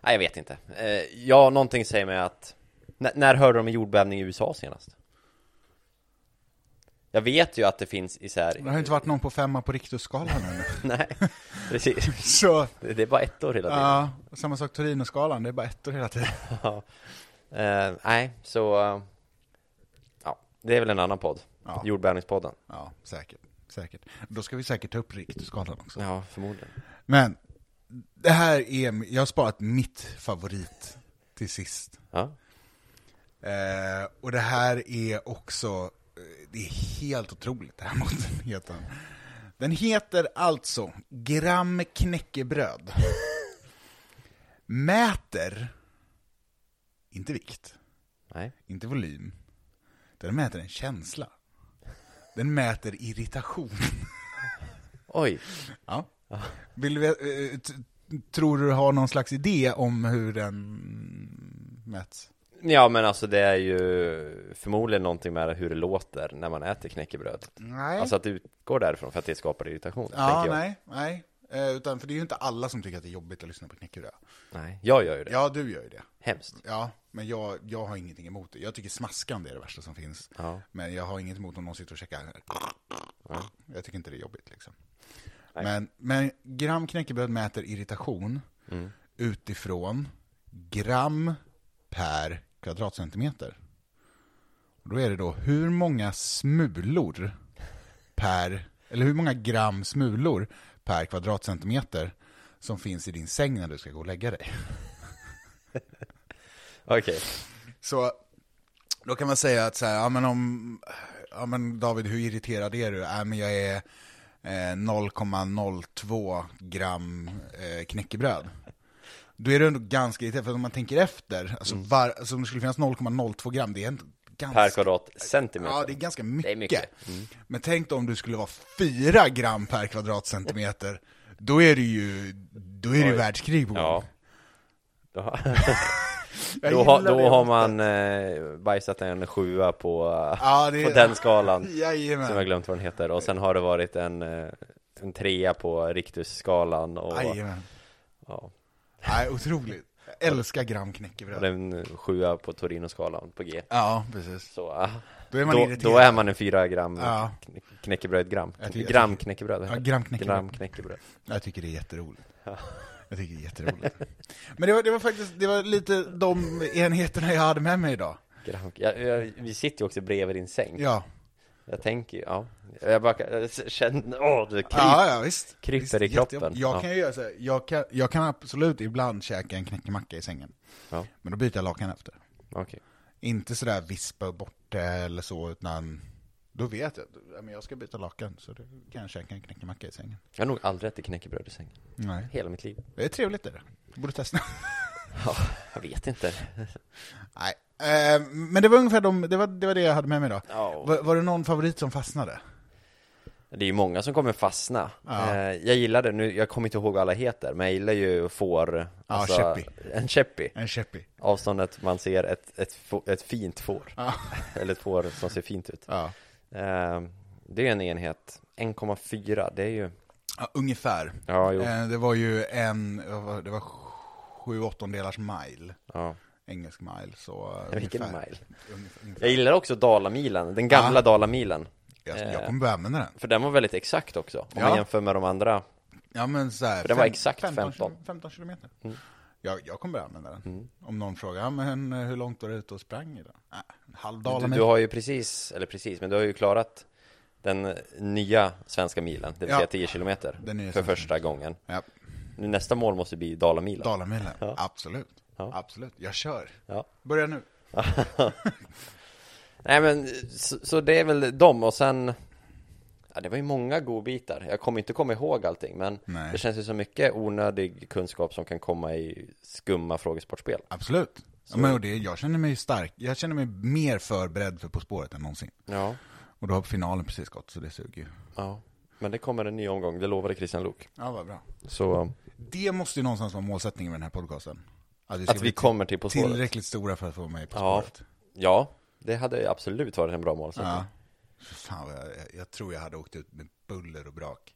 S2: nej jag vet inte. Eh, ja, någonting säger mig att, N- när hörde de en jordbävning i USA senast? Jag vet ju att det finns i så
S1: Det har ju
S2: här,
S1: inte varit någon på femma på Richterskalan ännu.
S2: [laughs]
S1: [laughs]
S2: nej, precis,
S1: Så,
S2: det det är bara ett år hela tiden.
S1: ja, samma sak Torinoskalan, det är bara ettor hela tiden.
S2: Ja. Eh, nej, så, eh, ja, det är väl en annan podd,
S1: Ja.
S2: jordbävningspodden.
S1: Ja, säkert. Säkert. Då ska vi säkert ta upp Richterskalan också.
S2: Ja, förmodligen.
S1: Men, det här är, jag har sparat mitt favorit till sist.
S2: Ja.
S1: Eh, och det här är också, eh, det är helt otroligt det här måttenheten. Den heter alltså gram knäckebröd. Mäter, inte vikt,
S2: Nej.
S1: inte volym, den mäter en känsla. Den mäter irritation.
S2: Oj.
S1: Ja. Vill eh, du, eh, t- tror du har någon slags idé om hur den mäts?
S2: Ja men alltså det är ju förmodligen någonting med hur det låter när man äter knäckebröd.
S1: Nej.
S2: Alltså att det utgår därifrån för att det skapar irritation.
S1: ja,
S2: tänker jag.
S1: nej, nej. Eh, utan, för det är ju inte alla som tycker att det är jobbigt att lyssna på knäckebröd.
S2: nej. Jag gör ju det.
S1: Ja, du gör ju det.
S2: Hemskt.
S1: Ja, men jag, jag har ingenting emot det. Jag tycker smaskande är det värsta som finns.
S2: Ja.
S1: Men jag har inget emot om någon sitter och käkar. Jag tycker inte det är jobbigt liksom. Men, men gram knäckebröd mäter irritation utifrån gram per kvadratcentimeter. Och då är det då hur många smulor per, eller hur många gram smulor per kvadratcentimeter som finns i din säng när du ska gå och lägga dig.
S2: Okej.
S1: Så då kan man säga att så här, ja men om, ja men David hur irriterad är du? Ja men jag är eh, 0,02 gram eh, knäckebröd. Då är du ändå ganska irriterad, för om man tänker efter, alltså, var, alltså om det skulle finnas 0,02 gram, det är ändå ganska...
S2: Mm. Per kvadratcentimeter.
S1: Ja, det är ganska mycket.
S2: Det är mycket. Mm.
S1: Men tänk då om du skulle vara 4 gram per kvadratcentimeter, då är det ju, då är det ju
S2: Oj.
S1: världskrig på gång.
S2: Ja. Då, har-
S1: Jag
S2: då, har-
S1: gillar det
S2: då har
S1: ofta.
S2: man eh, bajsat en sjua på, eh,
S1: Ja, det-
S2: på den skalan.
S1: Jajamän.
S2: Som jag glömt vad den heter. Och sen har det varit en, eh, en trea på riktusskalan. Och,
S1: Jajamän.
S2: ja,
S1: Nej, otroligt. Jag älskar gram knäckebröd.
S2: och den sjua på torinoskalan på G.
S1: Ja, precis.
S2: Så ah,
S1: Då är man
S2: då,
S1: irriterad.
S2: då är man en fyra gram
S1: Ja.
S2: kn- knäckebröd gram.
S1: Jag tycker-
S2: Gram knäckebröd. heter
S1: Ja,
S2: det.
S1: gram knäckebröd.
S2: Gram knäckebröd.
S1: Jag tycker det är jätteroligt. Jag tycker det är jätteroligt. Men det var, det var faktiskt, det var lite de enheterna jag hade med mig idag.
S2: Gram, jag, jag, vi sitter ju också bredvid din säng.
S1: Ja,
S2: Jag tänker ju, ja. Jag bara jag känner, åh, det kryper.
S1: ja, ja visst.
S2: kryper
S1: visst,
S2: i
S1: jättejobb-
S2: kroppen.
S1: Jag
S2: Ja.
S1: kan ju göra så här, jag kan, jag kan absolut ibland käka en knäckemacka i sängen.
S2: Ja.
S1: Men då byter jag lakan efter.
S2: Okej.
S1: Inte sådär vispa bort det eller så, utan då vet jag, ja, men jag ska byta lakan, så då kan jag käka en knäckemacka i sängen.
S2: Jag har nog aldrig ätit knäckebröd i säng.
S1: Nej.
S2: Hela mitt liv.
S1: Det är trevligt det är det. Borde testa. [laughs]
S2: Ja, jag vet inte.
S1: Nej. Eh, men det var ungefär de, det, var, det var det jag hade med mig idag.
S2: Ja.
S1: Var, var det någon favorit som fastnade?
S2: Det är ju många som kommer fastna.
S1: Ja.
S2: Eh, jag gillar det, nu, jag kommer inte ihåg vad alla heter, men jag gillar ju får. alltså
S1: Ja, käppi.
S2: En käppi.
S1: En käppi.
S2: Avståndet man ser ett, ett, få- ett fint får.
S1: Ja. [laughs]
S2: Eller ett får som ser fint ut.
S1: Ja.
S2: Eh, det är en enhet. 1,4, det är ju...
S1: ungefär.
S2: Ja, jo.
S1: Eh, det var ju en, vad var- det var sju åttondelars mile.
S2: Ja.
S1: Engelsk mile, så eh,
S2: Vilken
S1: ungefär.
S2: mile?
S1: Ungefär, ungefär.
S2: Jag gillar också Dalamilen, den gamla
S1: Ja.
S2: Dalamilen.
S1: Jag,
S2: eh,
S1: jag kommer börja använda den.
S2: För den var väldigt exakt också, om
S1: Ja.
S2: man jämför med de andra.
S1: Ja men så här,
S2: För den var exakt Mm. 15.
S1: kilo- 15 kilometer. Jag, jag kommer börja använda den.
S2: Mm.
S1: Om någon frågar, ja, men eh, hur långt var du ute och sprang idag? Äh, en halv
S2: Du,
S1: dalamil.
S2: du har ju precis, eller precis, men du har ju klarat den nya svenska milen, det vill
S1: Ja.
S2: säga 10 kilometer,
S1: Den nya
S2: för
S1: svenska
S2: första gången.
S1: Ja,
S2: Nu nästa mål måste bli Dalamilen.
S1: dalamilen. Absolut.
S2: Ja.
S1: Absolut. Jag kör.
S2: ja.
S1: Börja nu.
S2: Nej men, så, så det är väl dem och sen Ja, det var ju många godbitar. Jag kommer inte komma ihåg allting, men
S1: Nej.
S2: det känns ju så mycket onödig kunskap som kan komma i skumma frågesportspel.
S1: Absolut. Ja, men och det, jag känner mig stark. Jag känner mig mer förberedd för På spåret än någonsin.
S2: Ja,
S1: Och då har finalen precis gått, så det suger ju.
S2: ja. Men det kommer en ny omgång, det lovade Christian Lok.
S1: Ja, vad bra.
S2: Så, um,
S1: Det måste ju någonstans vara målsättningen med den här podcasten. Att vi, ska
S2: att
S1: bli
S2: vi kommer till På spåret.
S1: tillräckligt stora för att få med På
S2: Ja.
S1: spåret.
S2: ja, det hade ju absolut varit en bra målsättning.
S1: Ja. För Fan, vad jag, jag- jag tror jag hade åkt ut med buller och brak.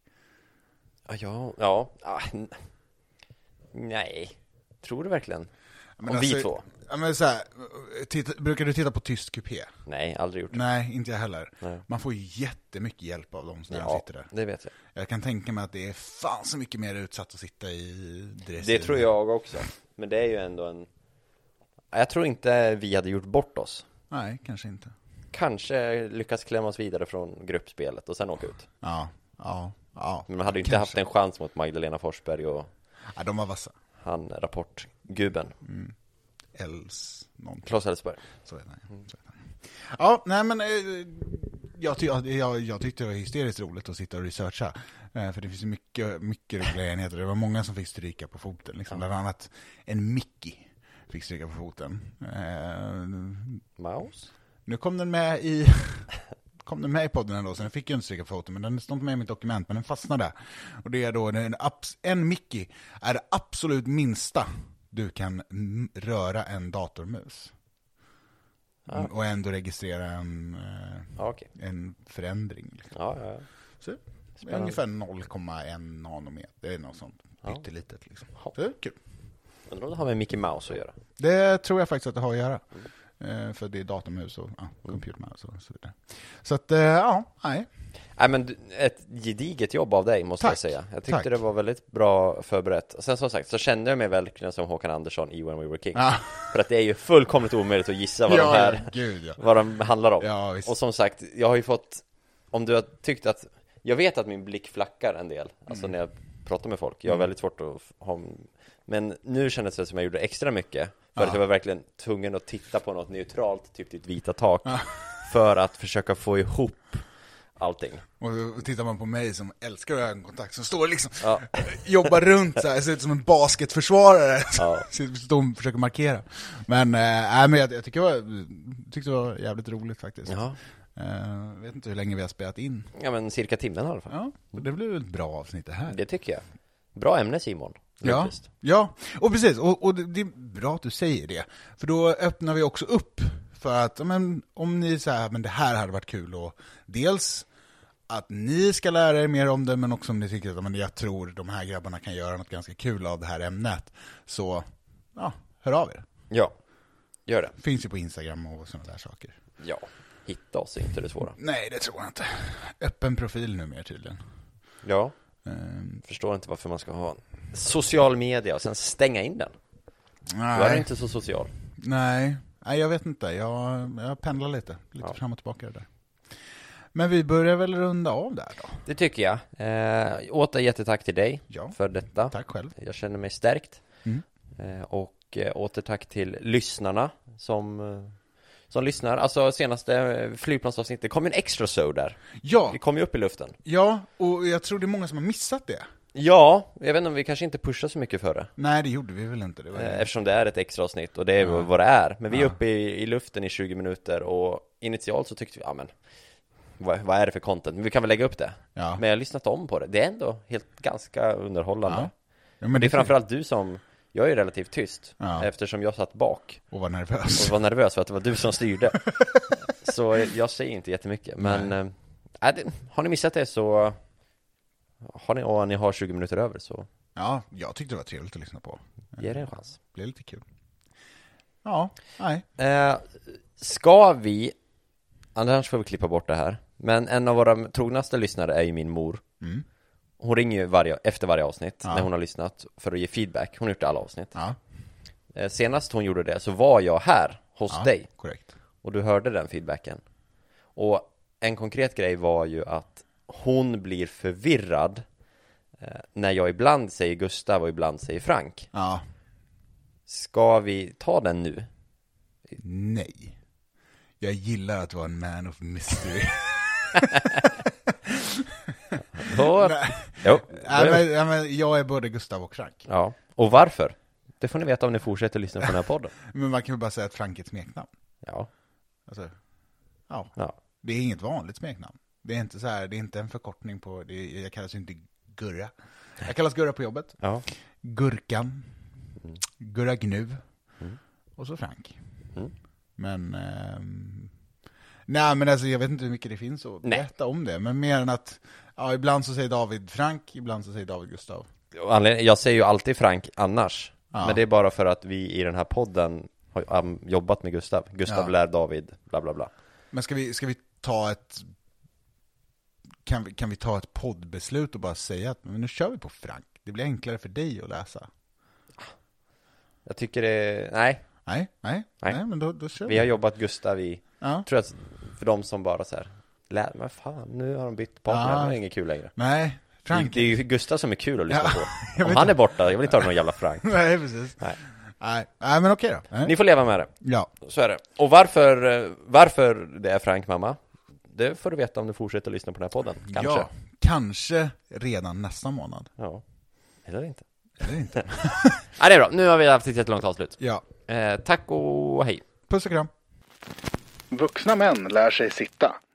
S2: Ja, ja, ja. Ah, n- nej. Tror du verkligen?
S1: Men alltså,
S2: Om vi två?
S1: Ja, men så här, titta, brukar du titta på tyst kupé?
S2: Nej, aldrig gjort det.
S1: Nej, inte jag heller.
S2: Nej.
S1: Man får ju jättemycket hjälp av dem som
S2: Ja,
S1: sitter där.
S2: det vet jag.
S1: Jag kan tänka mig att det är fan så mycket mer utsatt att sitta i dressyr.
S2: Det tror jag också. Men det är ju ändå en... Jag tror inte vi hade gjort bort oss.
S1: Nej, kanske inte.
S2: Kanske lyckas klämma oss vidare från gruppspelet och sen åka ut.
S1: Ja, ja, ja.
S2: Men man hade ju inte
S1: Kanske.
S2: haft en chans mot Magdalena Forsberg och
S1: ja de var vassa.
S2: han rapportgubben,
S1: Els, någon,
S2: Claes Elfsberg.
S1: så heter han. Så heter han. Ja, nej men eh, jag, ty- jag- jag, jag tyckte det var hysteriskt roligt att sitta och researcha. Eh, För det finns ju mycket, mycket roliga enheter. Det var många som fick stryka på foten. Liksom. Bland annat en Mickey fick stryka på foten. Eh,
S2: Maus?
S1: Nu kom den med i [laughs] kom den med i podden ändå, så den fick ju inte stryka på foten, men den står inte med i mitt dokument, men den fastnade. Och det är då, en, abs- en Mickey är det absolut minsta du kan mm, röra en datormus.
S2: Ah.
S1: och ändå registrera en, eh,
S2: Ja, okej.
S1: en förändring. Liksom.
S2: Ja, ja, ja.
S1: Så,
S2: Spännande.
S1: Ungefär 0,1 nanometer, det är något sånt
S2: Ja.
S1: pyttelitet. Liksom.
S2: Ja.
S1: Så det är kul.
S2: Undrar om det har med Mickey Mouse att göra?
S1: Det tror jag faktiskt att det har att göra. Eh, För det är datormus och ja, computer mouse och så vidare. Så att, eh, ja, nej.
S2: Nej men du- ett gediget jobb av dig måste
S1: Tack.
S2: jag säga. Jag tyckte
S1: Tack.
S2: det var väldigt bra förberett. Och Sen som sagt så kände jag mig verkligen som Håkan Andersson i When We Were Kings.
S1: Ja.
S2: För att det är ju fullkomligt omöjligt att gissa vad, de, här,
S1: gud ja.
S2: vad de handlar om.
S1: Ja, visst.
S2: Och som sagt, jag har ju fått, om du har tyckt att, jag vet att min blick flackar en del,
S1: Mm.
S2: alltså när jag pratar med folk. Jag har väldigt svårt att f- ha, men nu kändes det som jag gjorde extra mycket. För att jag var verkligen tvungen att titta på något neutralt, typ ditt vita tak, [laughs] för att försöka få ihop allting.
S1: Och då tittar man på mig som älskar ögonkontakt, som står liksom,
S2: Ja.
S1: [laughs] jobbar runt så här, ser ut som en basketförsvarare. [laughs]
S2: Ja.
S1: Står och försöker markera. Men, äh, äh, men jag, jag tycker det var, tyckte det var jävligt roligt faktiskt.
S2: Ja.
S1: Eh, vet inte hur länge vi har spelat in.
S2: ja, men cirka timmen i alla fall.
S1: Ja, det blev ett bra avsnitt det här.
S2: Det tycker jag. Bra ämne Simon.
S1: Ja,
S2: Faktiskt.
S1: ja, och precis. Och, och det, det är bra att du säger det. För då öppnar vi också upp för att ja, men, om ni säger men det här hade varit kul och dels att ni ska lära er mer om det, men också om ni tycker att ja, men, jag tror de här grabbarna kan göra något ganska kul av det här ämnet. Så ja, hör av er.
S2: Ja, gör det.
S1: Finns ju på Instagram och sådana där saker.
S2: Ja, hitta oss är inte det svåra.
S1: Nej, det tror jag inte. Öppen profil numera tydligen.
S2: Ja,
S1: Ehm,
S2: förstår inte varför man ska ha social media och sen stänga in den. Då är den
S1: nej,
S2: inte så social.
S1: nej, nej, jag vet inte. Jag, jag pendlar lite, lite
S2: Ja.
S1: fram och tillbaka där. Men vi börjar väl runda av där då.
S2: Det tycker jag. Eh, åter jättetack till dig
S1: Ja.
S2: för detta.
S1: Tack själv.
S2: Jag känner mig stärkt.
S1: Mm.
S2: Eh, och eh, åter tack till lyssnarna som eh, som lyssnar, alltså senaste eh, flygplansavsnittet, det kom en extra show där.
S1: Ja,
S2: Vi kom ju upp i luften.
S1: ja, och jag tror det är många som har missat det.
S2: Ja, jag vet inte om vi kanske inte pushar så mycket för det.
S1: Nej, det gjorde vi väl inte. Det var
S2: Eh, Eftersom det är ett extra avsnitt och det är vad det är. Men vi är
S1: Mm. Ja.
S2: uppe i, i luften i 20 minuter och initialt så tyckte vi, ja men vad, vad är det för content? Men vi kan väl lägga upp det.
S1: Ja.
S2: Men jag har lyssnat om på det. Det är ändå helt ganska underhållande.
S1: Ja. Ja,
S2: Men det är framförallt du som, jag är ju relativt tyst
S1: Ja.
S2: eftersom jag satt bak
S1: Och var nervös.
S2: och var nervös för att det var du
S1: [laughs]
S2: som styrde. så jag säger inte jättemycket. Men eh, äh, det, har ni missat det så har ni, och ni har 20 minuter över så
S1: Ja, jag tyckte det var trevligt att lyssna på.
S2: ge det en chans.
S1: Det blev lite kul. Ja, nej.
S2: Eh, ska vi, annars får vi klippa bort det här, men en av våra trognaste lyssnare är ju min mor.
S1: Mm.
S2: Hon ringer ju varje, efter varje avsnitt
S1: Ja.
S2: när hon har lyssnat för att ge feedback. Hon har gjort det i alla avsnitt.
S1: Ja,
S2: Eh, senast hon gjorde det så var jag här hos
S1: ja
S2: dig
S1: korrekt.
S2: och du hörde den feedbacken. Och en konkret grej var ju att hon blir förvirrad eh, när jag ibland säger Gustav och ibland säger Frank.
S1: Ja,
S2: Ska vi ta den nu?
S1: nej. Jag gillar att vara en man of
S2: [laughs]
S1: mystery.
S2: Då...
S1: Nej.
S2: Jo.
S1: Nej, men, nej, men jag är både Gustav och Frank.
S2: Ja, och varför? Det får ni veta om ni fortsätter lyssna på den
S1: [laughs]
S2: här podden.
S1: Men man kan väl bara säga att Frank är ett smeknamn.
S2: Ja,
S1: Alltså, ja.
S2: ja.
S1: Det är inget vanligt smeknamn. Det är inte så här, det är inte en förkortning på, det är, jag kallas ju inte Gurra. Jag kallas Gurra på jobbet.
S2: ja.
S1: Gurkan, Gurra Gnu och så Frank.
S2: Mm.
S1: Men, ehm, nej men alltså jag vet inte hur mycket det finns att
S2: Nej.
S1: berätta om det, men mer än att, ja ibland så säger David Frank, ibland så säger David Gustav.
S2: Och anledningen- Jag säger ju alltid Frank annars.
S1: Ja.
S2: Men det är bara för att vi i den här podden har um, jobbat med Gustav. Gustav
S1: Ja.
S2: lär David, bla bla bla.
S1: Men ska vi, ska vi ta ett, kan vi, kan vi ta ett poddbeslut och bara säga att men nu kör vi på Frank, det blir enklare för dig att läsa.
S2: Jag tycker det, nej,
S1: Nej, nej, nej,
S2: Nej.
S1: men då, då kör vi.
S2: vi har jobbat Gustav i,
S1: Ja.
S2: tror att för de som bara så här, lär, men fan, nu har de bytt partner,
S1: Ja.
S2: det är inget kul längre.
S1: Nej, Frank.
S2: Det är ju Gustav som är kul att lyssna
S1: [laughs] Ja,
S2: på. Om han är borta, jag vill inte ha någon jävla
S1: [laughs]
S2: Frank.
S1: Nej, precis.
S2: Nej.
S1: Nej, nej men okej då. Nej.
S2: Ni får leva med det.
S1: Ja,
S2: Så är det. Och varför, eh, varför det är Frank mamma, det får du veta om du fortsätter lyssna på den här podden. Kanske.
S1: Ja, kanske redan nästa månad.
S2: Ja. Eller inte.
S1: Eller inte.
S2: [laughs] Ja, det är bra. Nu har vi haft ett långt avslut.
S1: Ja,
S2: Eh, tack och hej.
S1: puss och kram.
S3: Vuxna män lär sig sitta.